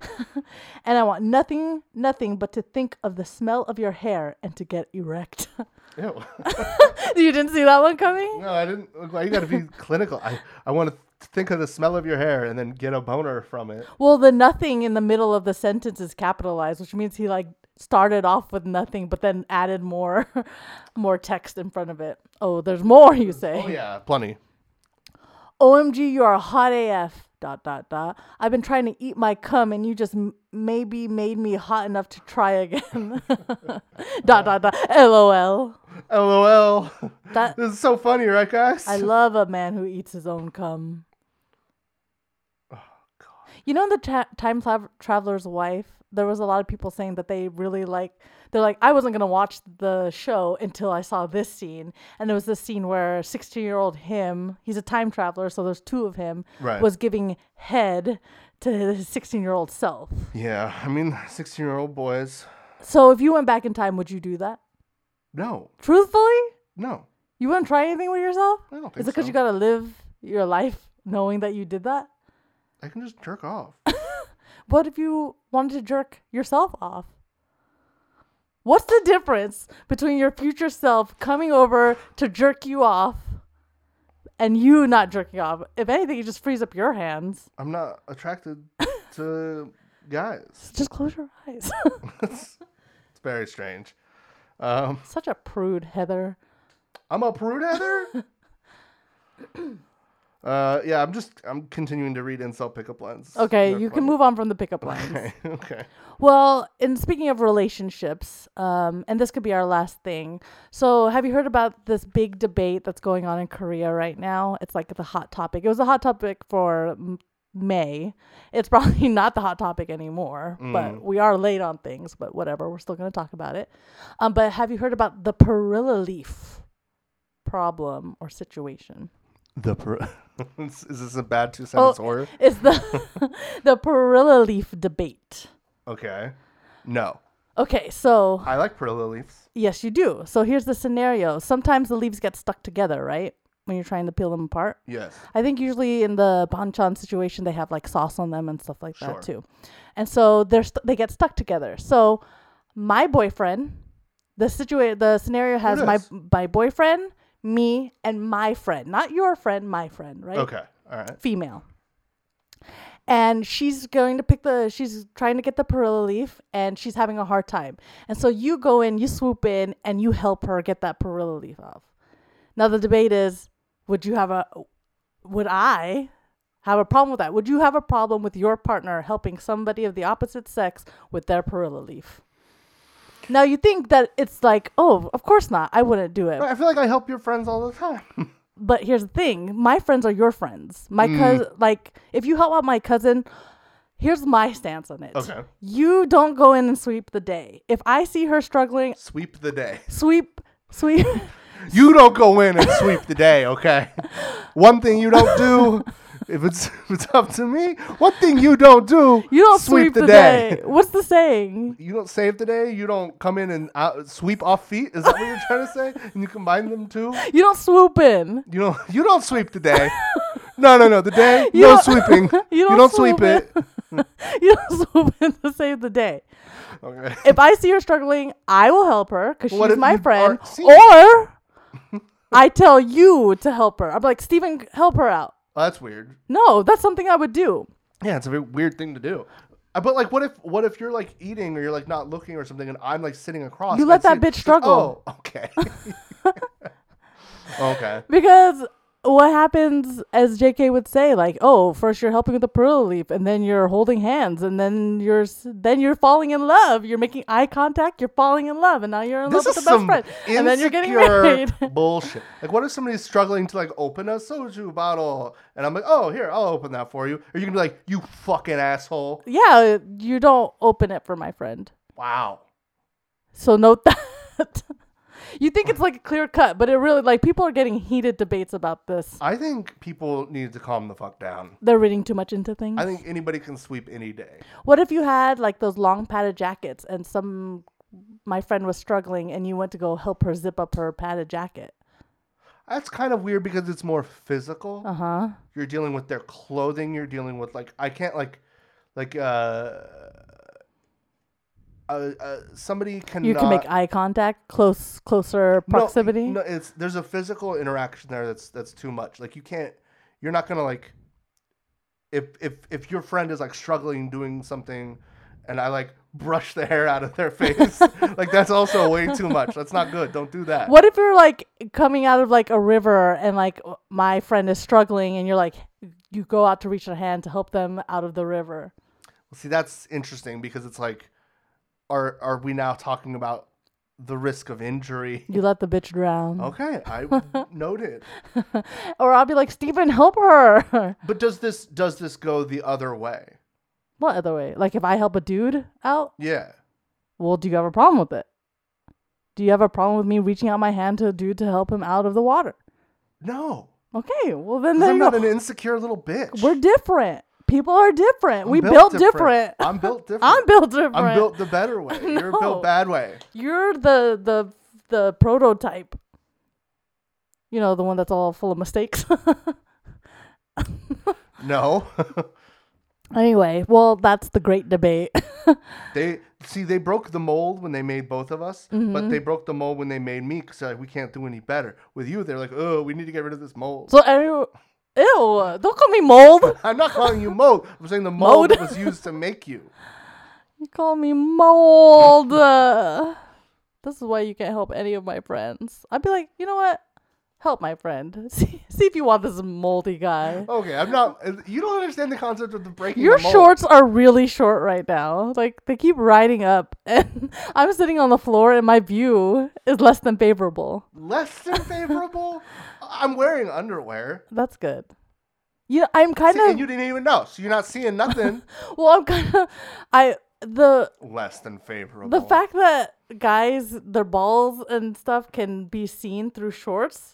Speaker 2: And I want nothing, nothing but to think of the smell of your hair and to get erect.
Speaker 3: Ew.
Speaker 2: you didn't see that one coming?
Speaker 3: No, I didn't. Why you gotta be clinical? I, I want to think of the smell of your hair and then get a boner from it.
Speaker 2: Well, the nothing in the middle of the sentence is capitalized, which means he like started off with nothing but then added more more text in front of it. Oh, there's more, you say.
Speaker 3: Oh yeah, plenty.
Speaker 2: OMG, you are a hot AF. Dot dot dot. I've been trying to eat my cum, and you just m- maybe made me hot enough to try again. dot dot dot. LOL.
Speaker 3: LOL.
Speaker 2: That
Speaker 3: This is so funny, right, guys?
Speaker 2: I love a man who eats his own cum.
Speaker 3: Oh,
Speaker 2: You know, in the ta- time tra- traveler's wife, there was a lot of people saying that they really like. They're like, I wasn't gonna watch the show until I saw this scene, and it was this scene where sixteen-year-old him, he's a time traveler, so there's two of him,
Speaker 3: Right.
Speaker 2: was giving head to his sixteen-year-old self.
Speaker 3: yeah, I mean, sixteen-year-old boys.
Speaker 2: So if you went back in time, would you do that?
Speaker 3: No,
Speaker 2: Truthfully,
Speaker 3: no,
Speaker 2: you wouldn't try anything with yourself.
Speaker 3: I don't think
Speaker 2: Is it because
Speaker 3: so.
Speaker 2: you gotta live your life knowing that you did that?
Speaker 3: I can just jerk off.
Speaker 2: What if you wanted to jerk yourself off? What's the difference between your future self coming over to jerk you off and you not jerking off? If anything, it just frees up your hands.
Speaker 3: I'm not attracted to guys.
Speaker 2: Just close your eyes.
Speaker 3: it's, it's very strange. Um,
Speaker 2: Such a prude, Heather.
Speaker 3: I'm a prude, Heather. uh, yeah, I'm just I'm continuing to read insult pickup lines.
Speaker 2: Okay,
Speaker 3: They're
Speaker 2: you can
Speaker 3: funny.
Speaker 2: move on from the pickup lines.
Speaker 3: Okay, okay.
Speaker 2: Well, and speaking of relationships, um, and this could be our last thing. So, have you heard about this big debate that's going on in Korea right now? It's like the hot topic. It was a hot topic for M- May. It's probably not the hot topic anymore, but we are late on things, but whatever. We're still going to talk about it. Um, but have you heard about the perilla leaf problem or situation?
Speaker 3: The per- is is this a bad two
Speaker 2: Oh.
Speaker 3: sentence order?
Speaker 2: It's the the perilla leaf debate.
Speaker 3: Okay, no.
Speaker 2: Okay, so
Speaker 3: I like perilla leaves.
Speaker 2: Yes, you do. So here's the scenario. Sometimes the leaves get stuck together, right? When you're trying to peel them apart.
Speaker 3: Yes.
Speaker 2: I think usually in the banchan situation, they have like sauce on them and stuff like
Speaker 3: Sure.
Speaker 2: that too. And so they're st- they get stuck together. So my boyfriend, the situa- the scenario has my
Speaker 3: is?
Speaker 2: my boyfriend, me, and my friend, not your friend, my friend, right?
Speaker 3: Okay. All right.
Speaker 2: female. And she's going to pick the, she's trying to get the perilla leaf and she's having a hard time. And so you go in, you swoop in, and you help her get that perilla leaf off. Now, the debate is would you have a, would I have a problem with that? Would you have a problem with your partner helping somebody of the opposite sex with their perilla leaf? Now, you think that it's like, oh, of course not. I wouldn't do it.
Speaker 3: I feel like I help your friends all the time.
Speaker 2: But here's the thing: my friends are your friends. My
Speaker 3: Mm.
Speaker 2: cousin, like, if you help out my cousin, here's my stance on it.
Speaker 3: Okay.
Speaker 2: You don't go in and sweep the day. If I see her struggling,
Speaker 3: sweep the day.
Speaker 2: sweep, sweep.
Speaker 3: You don't go in and sweep the day, okay? One thing you don't do, if it's if it's up to me, one thing you don't do,
Speaker 2: You don't sweep, the, day. What's the saying?
Speaker 3: You don't save the day. You don't come in and out, sweep off feet. Is that what you're trying to say? And you combine them too.
Speaker 2: You don't swoop in.
Speaker 3: You don't. You don't sweep the day. No, no, no. The day,
Speaker 2: You
Speaker 3: no
Speaker 2: don't-
Speaker 3: sweeping.
Speaker 2: You don't
Speaker 3: sweep
Speaker 2: swoop
Speaker 3: it.
Speaker 2: You don't swoop in to save the day.
Speaker 3: Okay.
Speaker 2: If I see her struggling, I will help her because
Speaker 3: What
Speaker 2: she's
Speaker 3: if
Speaker 2: my
Speaker 3: you
Speaker 2: friend.
Speaker 3: aren't seeing
Speaker 2: Or I tell you to help her. I'm like, Steven, help her out.
Speaker 3: Well, that's weird.
Speaker 2: No, that's something I would do.
Speaker 3: Yeah, it's a very weird thing to do. Uh, But like, what if what if you're like eating or you're like not looking or something, and I'm like sitting across?
Speaker 2: You
Speaker 3: and
Speaker 2: let
Speaker 3: I
Speaker 2: that
Speaker 3: see it.
Speaker 2: bitch
Speaker 3: It's like,
Speaker 2: struggle.
Speaker 3: oh, okay. okay.
Speaker 2: Because what happens, as JK would say, like, oh, first you're helping with the pearl leaf, and then you're holding hands, and then you're s- then you're falling in love. You're making eye contact. You're falling in love, and now you're in
Speaker 3: This
Speaker 2: love with
Speaker 3: is
Speaker 2: the best
Speaker 3: some
Speaker 2: friend,
Speaker 3: insecure
Speaker 2: and then you're getting married.
Speaker 3: bullshit. Like, what if somebody's struggling to like open a soju bottle, and I'm like, oh, here, I'll open that for you. Or you can be like, you fucking asshole.
Speaker 2: yeah, you don't open it for my friend.
Speaker 3: Wow.
Speaker 2: So note that. you think it's like a clear cut, but it really like people are getting heated debates about this.
Speaker 3: I think people need to calm the fuck down.
Speaker 2: They're reading too much into things.
Speaker 3: I think anybody can sweep any day.
Speaker 2: What if you had like those long padded jackets and some my friend was struggling and you went to go help her zip up her padded jacket?
Speaker 3: That's kind of weird because it's more physical.
Speaker 2: Uh huh.
Speaker 3: you're dealing with their clothing you're dealing with like i can't like like uh, uh, uh somebody cannot.
Speaker 2: You can make eye contact, close, closer
Speaker 3: No,
Speaker 2: proximity.
Speaker 3: No, it's there's a physical interaction there that's that's too much. Like you can't. You're not gonna like. If if if your friend is like struggling doing something, and I like brush the hair out of their face, like that's also way too much. That's not good. Don't do that.
Speaker 2: What if you're like coming out of like a river and like my friend is struggling and you're like you go out to reach a hand to help them out of the river.
Speaker 3: See, that's interesting because it's like, are are we now talking about the risk of injury?
Speaker 2: You let the bitch drown.
Speaker 3: Okay, I noted.
Speaker 2: Or I'll be like, Steven, help her.
Speaker 3: But does this does this go the other way?
Speaker 2: what other way? Like if I help a dude out,
Speaker 3: Yeah.
Speaker 2: well, do you have a problem with it? Do you have a problem with me reaching out my hand to a dude to help him out of the water?
Speaker 3: No.
Speaker 2: Okay, well then
Speaker 3: 'Cause
Speaker 2: there
Speaker 3: I'm
Speaker 2: you
Speaker 3: not
Speaker 2: go.
Speaker 3: an insecure little bitch.
Speaker 2: We're different. People are different.
Speaker 3: I'm
Speaker 2: we built, different.
Speaker 3: I'm built different.
Speaker 2: I'm built different.
Speaker 3: I'm built the better way. You're
Speaker 2: No.
Speaker 3: built bad way.
Speaker 2: You're the the the prototype. You know, the one that's all full of mistakes.
Speaker 3: No.
Speaker 2: anyway, well, that's the great debate.
Speaker 3: they see they broke the mold when they made both of us, but
Speaker 2: Mm-hmm.
Speaker 3: they broke the mold when they made me because like we can't do any better. With you, they're like, oh, we need to get rid of this mold.
Speaker 2: so, every- ew, don't call me mold.
Speaker 3: I'm not calling you mold. I'm saying the mold,
Speaker 2: Mold.
Speaker 3: was used to make you.
Speaker 2: You call me mold. Uh, this is why you can't help any of my friends. I'd be like, you know what? Help my friend. See, see if you want this moldy guy.
Speaker 3: Okay, I'm not. uh, You don't understand the concept of the breaking.
Speaker 2: Your
Speaker 3: the mold.
Speaker 2: shorts are really short right now. Like they keep riding up, and I'm sitting on the floor, and my view is less than favorable.
Speaker 3: less than favorable. I'm wearing underwear.
Speaker 2: That's good. You know, I'm kind
Speaker 3: See,
Speaker 2: of
Speaker 3: and you didn't even know, so you're not seeing nothing
Speaker 2: well. I'm kind of I the
Speaker 3: less than favorable.
Speaker 2: the fact that guys their balls and stuff can be seen through shorts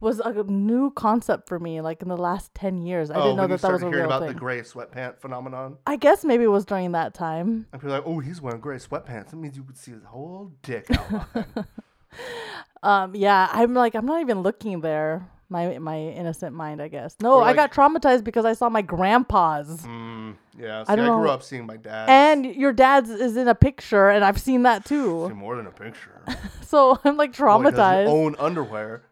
Speaker 2: was a new concept for me. Like in the last ten years, I
Speaker 3: oh,
Speaker 2: didn't know
Speaker 3: when you
Speaker 2: that that was
Speaker 3: started
Speaker 2: a
Speaker 3: hearing
Speaker 2: real
Speaker 3: about
Speaker 2: thing.
Speaker 3: the gray sweatpant phenomenon,
Speaker 2: I guess maybe it was during that time.
Speaker 3: and people are like, "Oh, he's wearing gray sweatpants. That means you could see his whole dick outline."
Speaker 2: Um, yeah, I'm like I'm not even looking there. My my innocent mind, I guess. No,
Speaker 3: Or
Speaker 2: I got
Speaker 3: like-
Speaker 2: traumatized because I saw my grandpa's.
Speaker 3: mm, yeah, see,
Speaker 2: I
Speaker 3: I,
Speaker 2: don't know.
Speaker 3: grew up seeing my dad.
Speaker 2: And your dad's is in a picture, and I've seen that
Speaker 3: see
Speaker 2: too.
Speaker 3: more than a picture.
Speaker 2: So I'm like
Speaker 3: Boy doesn't
Speaker 2: traumatized.
Speaker 3: Own underwear.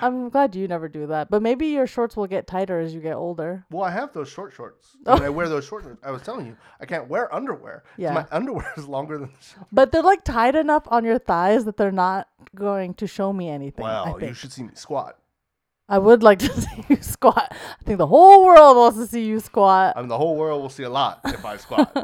Speaker 2: I'm glad you never do that, but maybe your shorts will get tighter as you get older.
Speaker 3: Well, I have those short shorts. When I wear those short shorts, I was telling you, I can't wear underwear. 'cause
Speaker 2: Yeah.
Speaker 3: My underwear is longer than the shorts.
Speaker 2: But they're like tight enough on your thighs that they're not going to show me anything. I,
Speaker 3: Wow,
Speaker 2: think.
Speaker 3: you should see me squat.
Speaker 2: I would like to see you squat. I think the whole world wants to see you squat.
Speaker 3: I mean, the whole world will see a lot if I squat.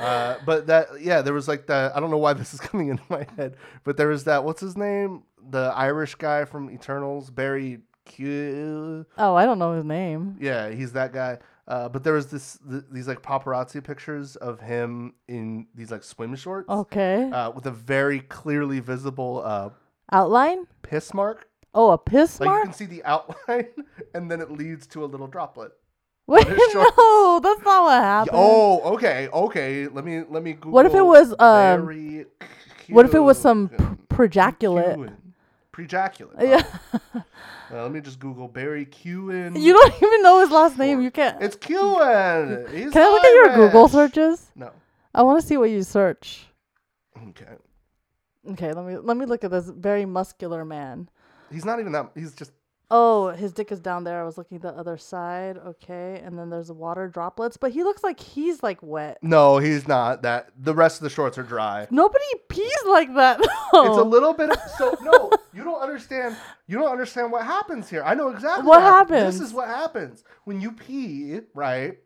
Speaker 3: uh, but that, yeah, there was like that. I don't know why this is coming into my head, but there was that. What's his name? The Irish guy from Eternals, Barry Q.
Speaker 2: oh, I don't know his name.
Speaker 3: Yeah, he's that guy. Uh, but there was this th- these like paparazzi pictures of him in these like swim shorts
Speaker 2: Okay.
Speaker 3: uh, with a very clearly visible uh,
Speaker 2: Outline?
Speaker 3: piss mark.
Speaker 2: Oh, a piss
Speaker 3: Like you
Speaker 2: mark?
Speaker 3: can see the outline, and then it leads to a little droplet.
Speaker 2: Wait,
Speaker 3: his shorts.
Speaker 2: no, that's not what happened.
Speaker 3: Oh, okay, okay. Let me let me Google.
Speaker 2: What if it was, um,
Speaker 3: Mary
Speaker 2: What if it was some
Speaker 3: Keoghan.
Speaker 2: pr- projaculate?
Speaker 3: Keoghan. Prejaculate. Oh.
Speaker 2: Yeah.
Speaker 3: Uh, let me just Google Barry Kewen.
Speaker 2: you don't even know his last name. You can't.
Speaker 3: It's Kewen. He's
Speaker 2: Can I look at your Google
Speaker 3: Irish.
Speaker 2: searches?
Speaker 3: No.
Speaker 2: I want to see what you search.
Speaker 3: Okay.
Speaker 2: Okay, let me let me look at this very muscular man.
Speaker 3: He's not even that. He's just.
Speaker 2: Oh, his dick is down there. I was looking at the other side. Okay, and then there's water droplets, but he looks like he's like wet.
Speaker 3: No, he's not that. The rest of the shorts are dry.
Speaker 2: Nobody pees like that.
Speaker 3: It's
Speaker 2: though.
Speaker 3: a little bit of so no, you don't understand. You don't understand what happens here. I know exactly
Speaker 2: What happens?
Speaker 3: This is what happens when you pee, right?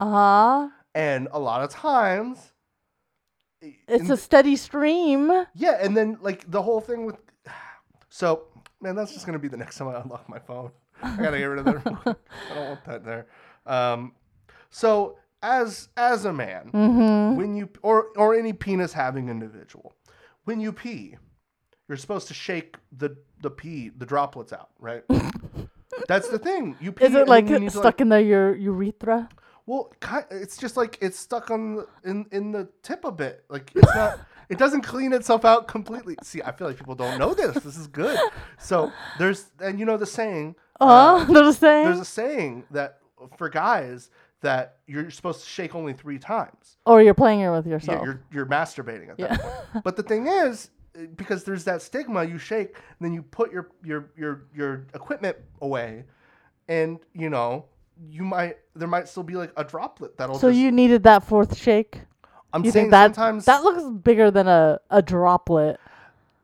Speaker 2: uh-huh.
Speaker 3: And a lot of times,
Speaker 2: It's
Speaker 3: in-
Speaker 2: a steady stream.
Speaker 3: Yeah, and then like the whole thing with so man, that's just gonna be the next time I unlock my phone. I gotta get rid of that. real quick. I don't want that there. Um, so as as a man,
Speaker 2: Mm-hmm.
Speaker 3: when you or or any penis having individual, when you pee, you're supposed to shake the the pee the droplets out, right? That's the thing. You pee
Speaker 2: Is it
Speaker 3: and then
Speaker 2: like
Speaker 3: you need to,
Speaker 2: stuck in there your urethra?
Speaker 3: well, ki- it's just like it's stuck on the, in in the tip a bit. Like it's not. it doesn't clean itself out completely. See, I feel like people don't know this. This is good. So there's and you know the saying.
Speaker 2: Uh-huh. Uh, they're the same.
Speaker 3: There's a saying that for guys that you're supposed to shake only three times.
Speaker 2: Or you're playing it with
Speaker 3: Yeah,
Speaker 2: yourself.
Speaker 3: you're you're masturbating at
Speaker 2: Yeah.
Speaker 3: that point. But the thing is, eh, because there's that stigma, you shake, and then you put your your your your equipment away, and you know you might there might still be like a droplet that'll.
Speaker 2: so
Speaker 3: just,
Speaker 2: you needed that fourth shake.
Speaker 3: I'm
Speaker 2: You
Speaker 3: saying
Speaker 2: think that
Speaker 3: sometimes
Speaker 2: that looks bigger than a, a droplet?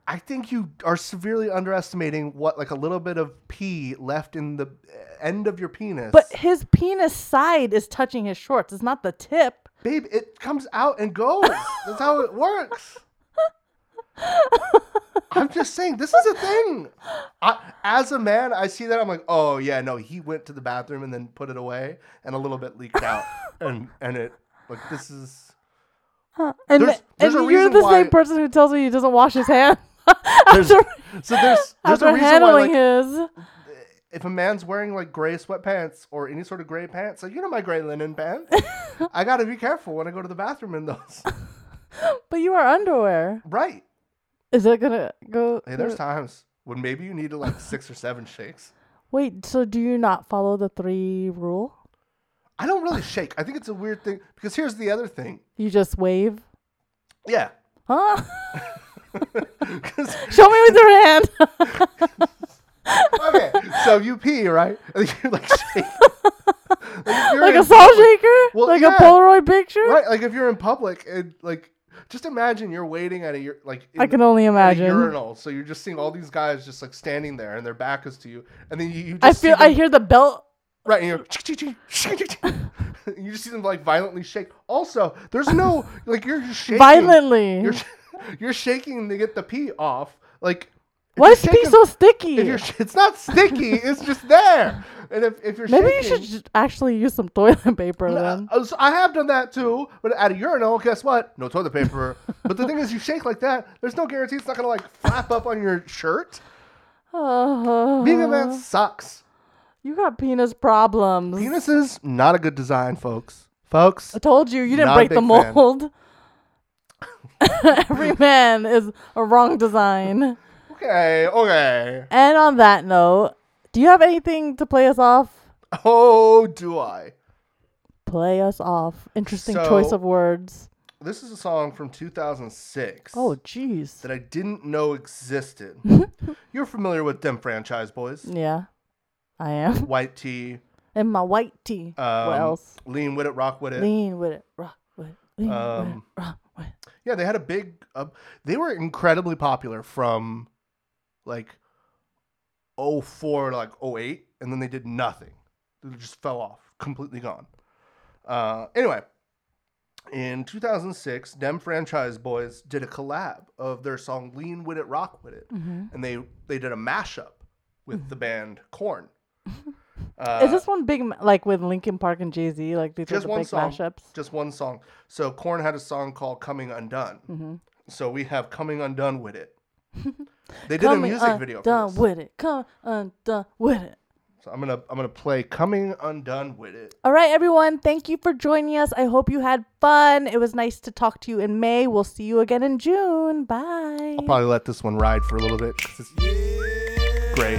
Speaker 3: I think you are severely underestimating what like a little bit of pee left in the uh, end of your penis.
Speaker 2: But his penis side is touching his shorts. It's not the tip.
Speaker 3: babe, it comes out and goes. That's how it works. I'm just saying this is a thing. I, as a man, I see that I'm like, oh yeah, no, he went to the bathroom and then put it away, and a little bit leaked out, and and it like this is
Speaker 2: And,
Speaker 3: There's- there's a
Speaker 2: and you're
Speaker 3: reason
Speaker 2: the
Speaker 3: why-
Speaker 2: same person who tells me he doesn't wash his hands
Speaker 3: there's
Speaker 2: after,
Speaker 3: so there's there's
Speaker 2: after
Speaker 3: a reason why
Speaker 2: handling
Speaker 3: like
Speaker 2: his.
Speaker 3: if a man's wearing like gray sweatpants or any sort of gray pants, like you know my gray linen pants, I gotta be careful when I go to the bathroom in those.
Speaker 2: But you are underwear.
Speaker 3: right.
Speaker 2: Is it gonna go?
Speaker 3: Hey, there's
Speaker 2: uh,
Speaker 3: times when maybe you needed like six or seven shakes.
Speaker 2: Wait. So do you not follow the three rule?
Speaker 3: I don't really shake. I think it's a weird thing because here's the other thing.
Speaker 2: You just wave.
Speaker 3: Yeah.
Speaker 2: Huh?
Speaker 3: 'Cause-
Speaker 2: Show me with your hand.
Speaker 3: okay, so you pee, right? And you're like shaking. Like, if you're
Speaker 2: like a
Speaker 3: in-
Speaker 2: salt shaker?
Speaker 3: Well,
Speaker 2: like
Speaker 3: yeah.
Speaker 2: a Polaroid picture?
Speaker 3: Right, like if you're in public and like just imagine you're waiting at a ur- like in
Speaker 2: I can only
Speaker 3: at a
Speaker 2: imagine.
Speaker 3: urinal, so you're just seeing all these guys just like standing there and their back is to you, and then you, you just
Speaker 2: I feel
Speaker 3: see
Speaker 2: I
Speaker 3: them,
Speaker 2: hear the belt.
Speaker 3: right, and you're you just see them like violently shake. Also, there's no like you're just shaking
Speaker 2: Violently.
Speaker 3: You're sh- you're shaking to get the pee off. Like if
Speaker 2: Why
Speaker 3: you
Speaker 2: is
Speaker 3: shake
Speaker 2: pee
Speaker 3: them-
Speaker 2: so sticky?
Speaker 3: If you're, sh- it's not sticky. it's just there. And if, if you're
Speaker 2: Maybe you
Speaker 3: shaking,
Speaker 2: should just actually use some toilet paper
Speaker 3: Uh,
Speaker 2: then.
Speaker 3: uh, so I have done that too, but at a urinal, guess what? No toilet paper. but the thing is, you shake like that. There's no guarantee it's not gonna like flap up on your shirt. Being a man sucks.
Speaker 2: you got penis problems.
Speaker 3: Penis is not a good design, folks. Folks,
Speaker 2: I told you, you didn't
Speaker 3: Not a
Speaker 2: break the
Speaker 3: big fan.
Speaker 2: mold. Every man is a wrong design.
Speaker 3: okay, okay.
Speaker 2: And on that note, do you have anything to play us off?
Speaker 3: Oh, do I?
Speaker 2: Play us off. Interesting choice
Speaker 3: So-
Speaker 2: of words.
Speaker 3: This is a song from 2006.
Speaker 2: Oh, jeez.
Speaker 3: that I didn't know existed. You're familiar with them franchise boys.
Speaker 2: Yeah, I am.
Speaker 3: White Tea,
Speaker 2: And my white tee.
Speaker 3: um,
Speaker 2: what else?
Speaker 3: Lean with it, rock with it.
Speaker 2: Lean with it, rock with it, lean with it,
Speaker 3: Um,
Speaker 2: rock with it.
Speaker 3: Yeah, they had a big. Uh, they were incredibly popular from like 04 to like 08, and then they did nothing. They just fell off, completely gone. Uh, anyway, in 2006, them franchise boys did a collab of their song "Lean With It, Rock With It," and they they did a mashup with the band Corn.
Speaker 2: Is this one big, ma- like with Linkin Park and Jay Z? Like they did
Speaker 3: uh, just
Speaker 2: the
Speaker 3: one
Speaker 2: big
Speaker 3: song.
Speaker 2: mashups.
Speaker 3: Just one song. So Korn had a song called "Coming Undone."
Speaker 2: Mm-hmm.
Speaker 3: So we have "Coming Undone" with it. They did a music video. For
Speaker 2: Done
Speaker 3: this.
Speaker 2: with it. Come undone with it.
Speaker 3: So I'm gonna I'm gonna play "Coming Undone" with it.
Speaker 2: All right, everyone. Thank you for joining us. I hope you had fun. It was nice to talk to you in May. We'll see you again in June. Bye.
Speaker 3: Probably let this one ride for a little bit 'cause it's great.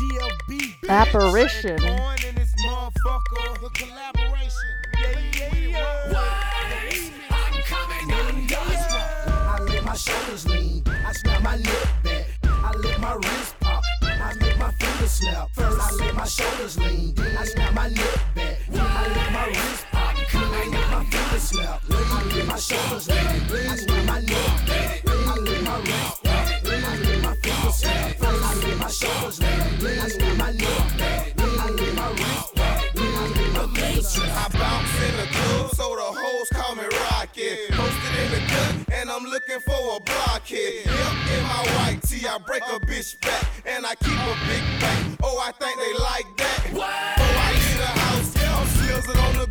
Speaker 4: DLB.
Speaker 2: Apparition.
Speaker 4: Born in this motherfucker. The collaboration. Yeah, yeah, yeah. I'm coming
Speaker 5: I let my shoulders lean. I snap my lip back. I let my wrist pop. I make my fingers snap. First, I let my shoulders lean. Then I snap my lip back. I let my wrist pop. I make my fingers snap. I let my shoulders lean. I snap my lip back. I let my wrist pop. I make my fingers snap. First, I let my shoulders lean. I snap my lip back. I let my wrist pop. I make my fingers snap.
Speaker 6: I bounce in the club, so the hoes call me Rocket. Posted in the cut, and I'm looking for a blockhead. Yep, in my white tee, I break a bitch back, and I keep a big bang. Oh, I think they like that. Oh, I need a house, I'm seals it on the